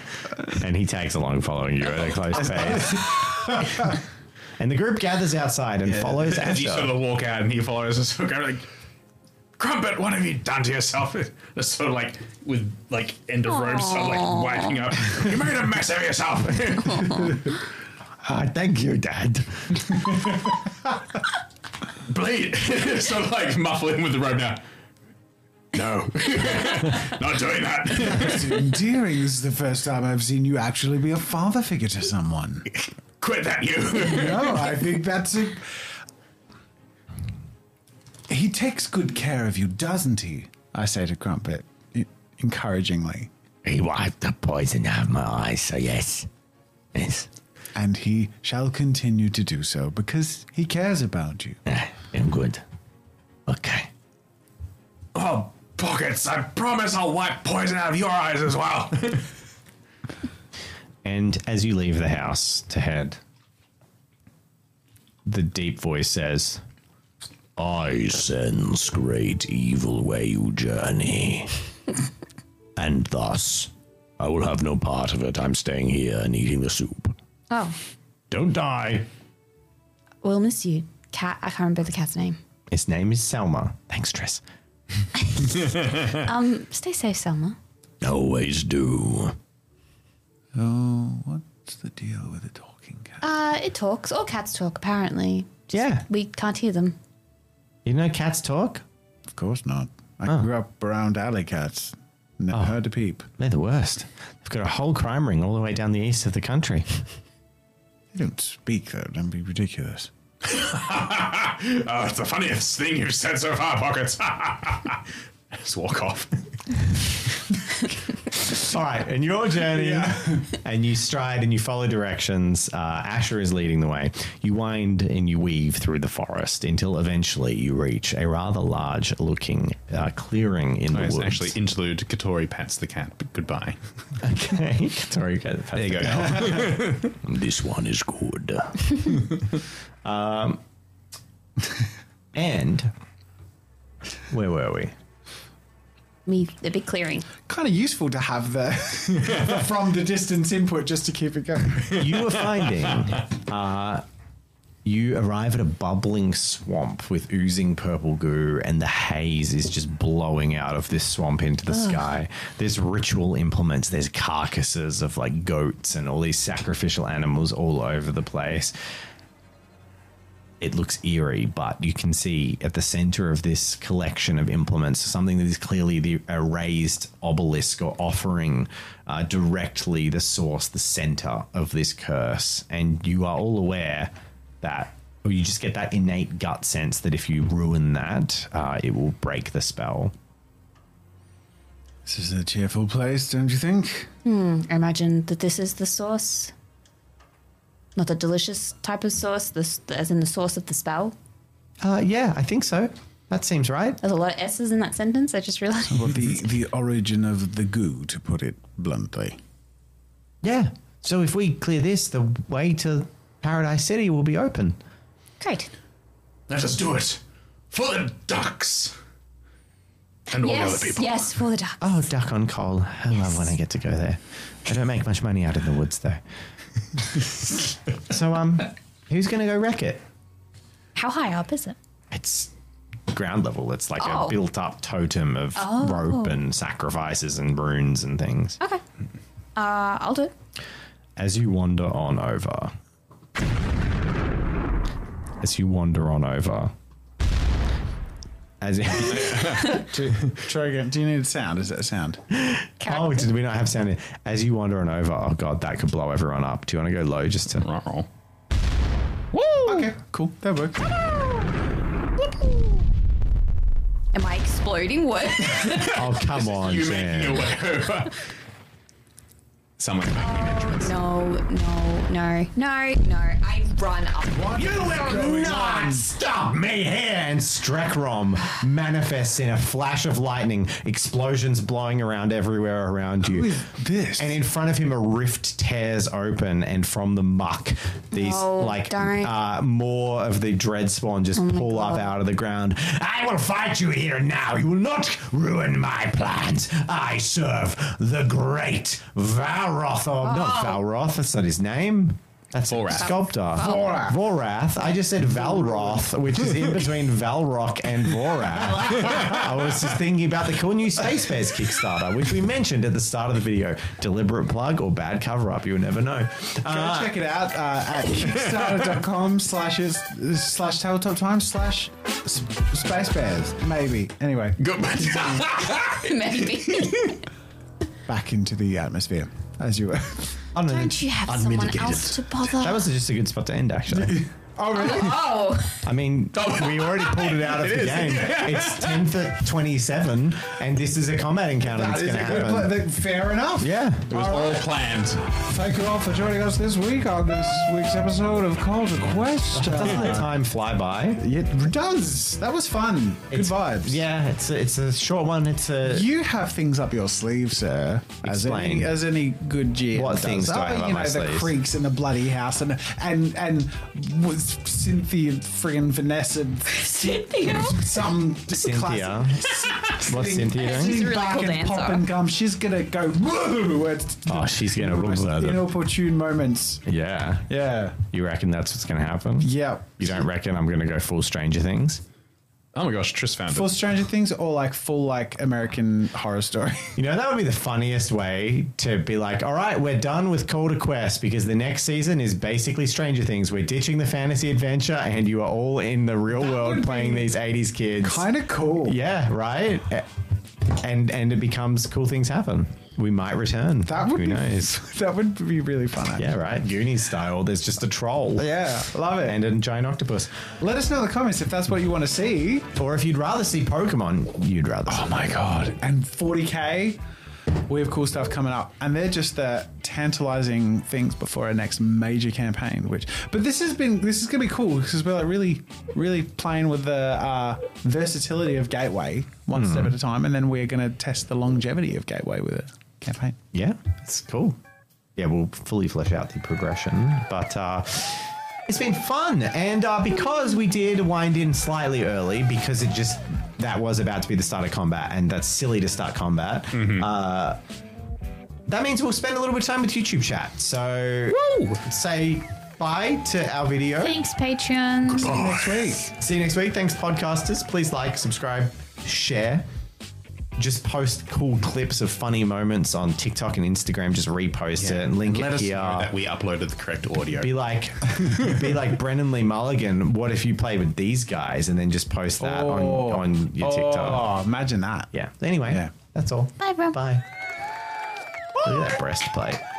Speaker 1: and he tags along following you at a close pace. and the group gathers outside and follows
Speaker 4: As you sort
Speaker 1: Asher.
Speaker 4: of walk out and he follows us, I'm like, Crumpet, what have you done to yourself? That's sort of like with like end of rope, sort of like wiping up. You made a mess of yourself.
Speaker 1: Ah, thank you, Dad.
Speaker 4: Bleed. sort of like muffling with the rope now. No, not doing that.
Speaker 2: Endearing. This is the first time I've seen you actually be a father figure to someone.
Speaker 4: Quit that, you.
Speaker 2: No, I think that's a. He takes good care of you, doesn't he? I say to Crumpet, e- encouragingly.
Speaker 6: He wiped the poison out of my eyes, so yes. Yes.
Speaker 2: And he shall continue to do so because he cares about you.
Speaker 6: Ah, I'm good. Okay.
Speaker 4: Oh, pockets! I promise I'll wipe poison out of your eyes as well.
Speaker 1: And as you leave the house to head, the deep voice says,
Speaker 6: I sense great evil where you journey. and thus, I will have no part of it. I'm staying here and eating the soup.
Speaker 3: Oh,
Speaker 1: Don't die.
Speaker 3: we'll miss you. Cat, I can't remember the cat's name.
Speaker 1: His name is Selma. Thanks, Tris.
Speaker 3: Stay safe, Selma.
Speaker 6: Always do.
Speaker 2: Oh, what's the deal with the talking cat?
Speaker 3: Uh, it talks. All cats talk, apparently.
Speaker 1: Yeah.
Speaker 3: We can't hear them.
Speaker 1: You know cats talk?
Speaker 2: Of course not. I grew up around alley cats. Never heard a peep.
Speaker 1: They're the worst. They've got a whole crime ring all the way down the east of the country.
Speaker 2: They don't speak, though. Don't be ridiculous.
Speaker 4: oh, it's the funniest thing you've said so far, pockets. Just walk off.
Speaker 1: All right, and your journey, and you stride and you follow directions. Uh, Asher is leading the way. You wind and you weave through the forest until eventually you reach a rather large-looking uh, clearing in the woods.
Speaker 4: actually interlude. Katori pats the cat. but Goodbye.
Speaker 1: okay. Sorry, guys.
Speaker 4: There you go.
Speaker 6: This one is good.
Speaker 1: Um, And where were we?
Speaker 3: Me, the big clearing.
Speaker 5: Kind of useful to have the, the from the distance input just to keep it going.
Speaker 1: you were finding uh, you arrive at a bubbling swamp with oozing purple goo and the haze is just blowing out of this swamp into the sky there's ritual implements there's carcasses of like goats and all these sacrificial animals all over the place it looks eerie, but you can see at the center of this collection of implements something that is clearly the, a raised obelisk or offering uh, directly the source, the center of this curse. And you are all aware that, or you just get that innate gut sense that if you ruin that, uh, it will break the spell.
Speaker 2: This is a cheerful place, don't you think?
Speaker 3: I imagine that this is the source. Not the delicious type of sauce, this, as in the source of the spell.
Speaker 1: Uh, yeah, I think so. That seems right.
Speaker 3: There's a lot of S's in that sentence, I just realized.
Speaker 2: Well, the, the origin of the goo, to put it bluntly.
Speaker 1: Yeah. So if we clear this, the way to Paradise City will be open.
Speaker 3: Great.
Speaker 4: Let us do it for the ducks and all the
Speaker 3: yes,
Speaker 4: other people.
Speaker 3: yes, for the duck.
Speaker 1: Oh, duck on coal. I love when I get to go there. I don't make much money out in the woods, though. so, um, who's going to go wreck it?
Speaker 3: How high up is it?
Speaker 1: It's ground level. It's like
Speaker 3: Oh.
Speaker 1: a built up totem of rope and sacrifices and runes and things.
Speaker 3: Okay. Uh, I'll do it.
Speaker 1: As you wander on over, as you wander on over, as
Speaker 2: Try again. Do you need a sound? Is that a sound?
Speaker 1: oh, did we not have sound? in? As you wander on over, oh god, that could blow everyone up. Do you want to go low just to?
Speaker 2: Okay, cool. That works.
Speaker 3: Am I exploding? What?
Speaker 1: Oh come on,
Speaker 4: You
Speaker 1: Jan.
Speaker 4: making your way over. someone making an entrance.
Speaker 3: No, no, no, no, no. I run up.
Speaker 1: You will not stop me here! And Strekrom manifests in a flash of lightning, explosions blowing around everywhere around you.
Speaker 7: This.
Speaker 1: And in front of him, a rift tears open, and from the muck, these
Speaker 3: No,
Speaker 1: like
Speaker 3: don't. Oh
Speaker 1: uh, more of the dread spawn just pull up out of the ground. I will fight you here and now. You will not ruin my plans. I serve the great Valroth, or
Speaker 3: Oh.
Speaker 1: not Valroth. That's not his name. That's a
Speaker 4: Vorath.
Speaker 1: sculptor. Vorath. I just said Valroth, which is in between Valrock and Vorath. I was just thinking about the cool new Space Bears Kickstarter, which we mentioned at the start of the video. Deliberate plug or bad cover up, you'll never know. Uh,
Speaker 2: Go check it out uh, at kickstarter.com slash is- slash tabletop time slash s- space bears maybe anyway
Speaker 3: Maybe.
Speaker 2: back into the atmosphere as you were
Speaker 1: I don't know.
Speaker 3: Don't you have someone else to bother?
Speaker 1: oh, That was just a good spot to end, actually.
Speaker 3: oh,
Speaker 1: I mean, we already pulled it out of the game. It's 10 for 27, and this is a combat encounter that's going to happen.
Speaker 2: fair enough
Speaker 1: Yeah.
Speaker 4: It was all planned.
Speaker 2: thank you all for joining us this week on this week's episode of call to quest
Speaker 1: Doesn't the time fly by?
Speaker 2: it does that was fun
Speaker 1: It's-
Speaker 2: good vibes
Speaker 1: Yeah, it's a, it's a short one. It's a.
Speaker 2: you have things up your sleeve, sir. As
Speaker 1: Explain.
Speaker 2: any, as any good GM
Speaker 1: What
Speaker 2: does.
Speaker 1: things do I
Speaker 2: Oh,
Speaker 1: have
Speaker 2: you
Speaker 1: up
Speaker 2: know,
Speaker 1: my
Speaker 2: the
Speaker 1: sleeve?
Speaker 2: creaks in the bloody house, and and and was Cynthia friggin' Vanessa
Speaker 3: Cynthia.
Speaker 2: some
Speaker 1: Cynthia.
Speaker 2: classic-
Speaker 1: What's Cynthia
Speaker 3: She's
Speaker 1: doing?
Speaker 3: a really
Speaker 2: back
Speaker 3: cool
Speaker 2: and
Speaker 3: dancer.
Speaker 2: popping gum. She's gonna go woo at
Speaker 1: Oh, she's going to rule that.
Speaker 2: inopportune moments.
Speaker 1: Yeah.
Speaker 2: Yeah,
Speaker 1: You reckon that's what's going to happen?
Speaker 2: yeah.
Speaker 1: You don't reckon I'm going to go full Stranger Things?
Speaker 4: Oh my gosh, Tris found
Speaker 2: Full
Speaker 4: it.
Speaker 2: Stranger Things or like full like American Horror Story.
Speaker 1: You know, that would be the funniest way to be like, all right, we're done with Call to Quest because the next season is basically Stranger Things. We're ditching the fantasy adventure and you are all in the real world playing these 80s kids.
Speaker 2: kind of cool.
Speaker 1: yeah, right? Eh, And and it becomes cool things happen. We might return.
Speaker 2: That would
Speaker 1: Who
Speaker 2: be
Speaker 1: knows?
Speaker 2: that would be really fun. Actually.
Speaker 1: Yeah, right. Goonies style. There's just a troll.
Speaker 2: Yeah, love it.
Speaker 1: And a giant octopus.
Speaker 2: Let us know in the comments if that's what you want to see.
Speaker 1: Or if you'd rather see Pokemon, you'd rather see
Speaker 2: Oh my god. And 40k. We have cool stuff coming up, and they're just the tantalizing things before our next major campaign. Which, but this has been this is gonna be cool because we're like really, really playing with the uh, versatility of Gateway one step at a time, and then we're gonna test the longevity of Gateway with a campaign.
Speaker 1: Yeah, it's cool. Yeah, we'll fully flesh out the progression, but uh, it's been fun. And uh, because we did wind in slightly early, because it just that was about to be the start of combat, and that's silly to start combat. Uh, that means we'll spend a little bit of time with YouTube chat. So say bye to our video.
Speaker 3: Thanks, Patreon.
Speaker 2: Next week.
Speaker 1: See you next week. Thanks, podcasters. Please like, subscribe, share. Just post cool clips of funny moments on TikTok and Instagram. Just repost it and link
Speaker 4: Let
Speaker 1: it
Speaker 4: us
Speaker 1: here.
Speaker 4: know that we uploaded the correct audio.
Speaker 1: Be like, be like Brennan Lee Mulligan. What if you play with these guys and then just post that
Speaker 2: Oh.
Speaker 1: on, on your TikTok?
Speaker 2: Oh, imagine that.
Speaker 1: Yeah. Anyway,
Speaker 2: Yeah.
Speaker 1: that's all.
Speaker 3: Bye, bro.
Speaker 1: Bye. Look at that breastplate.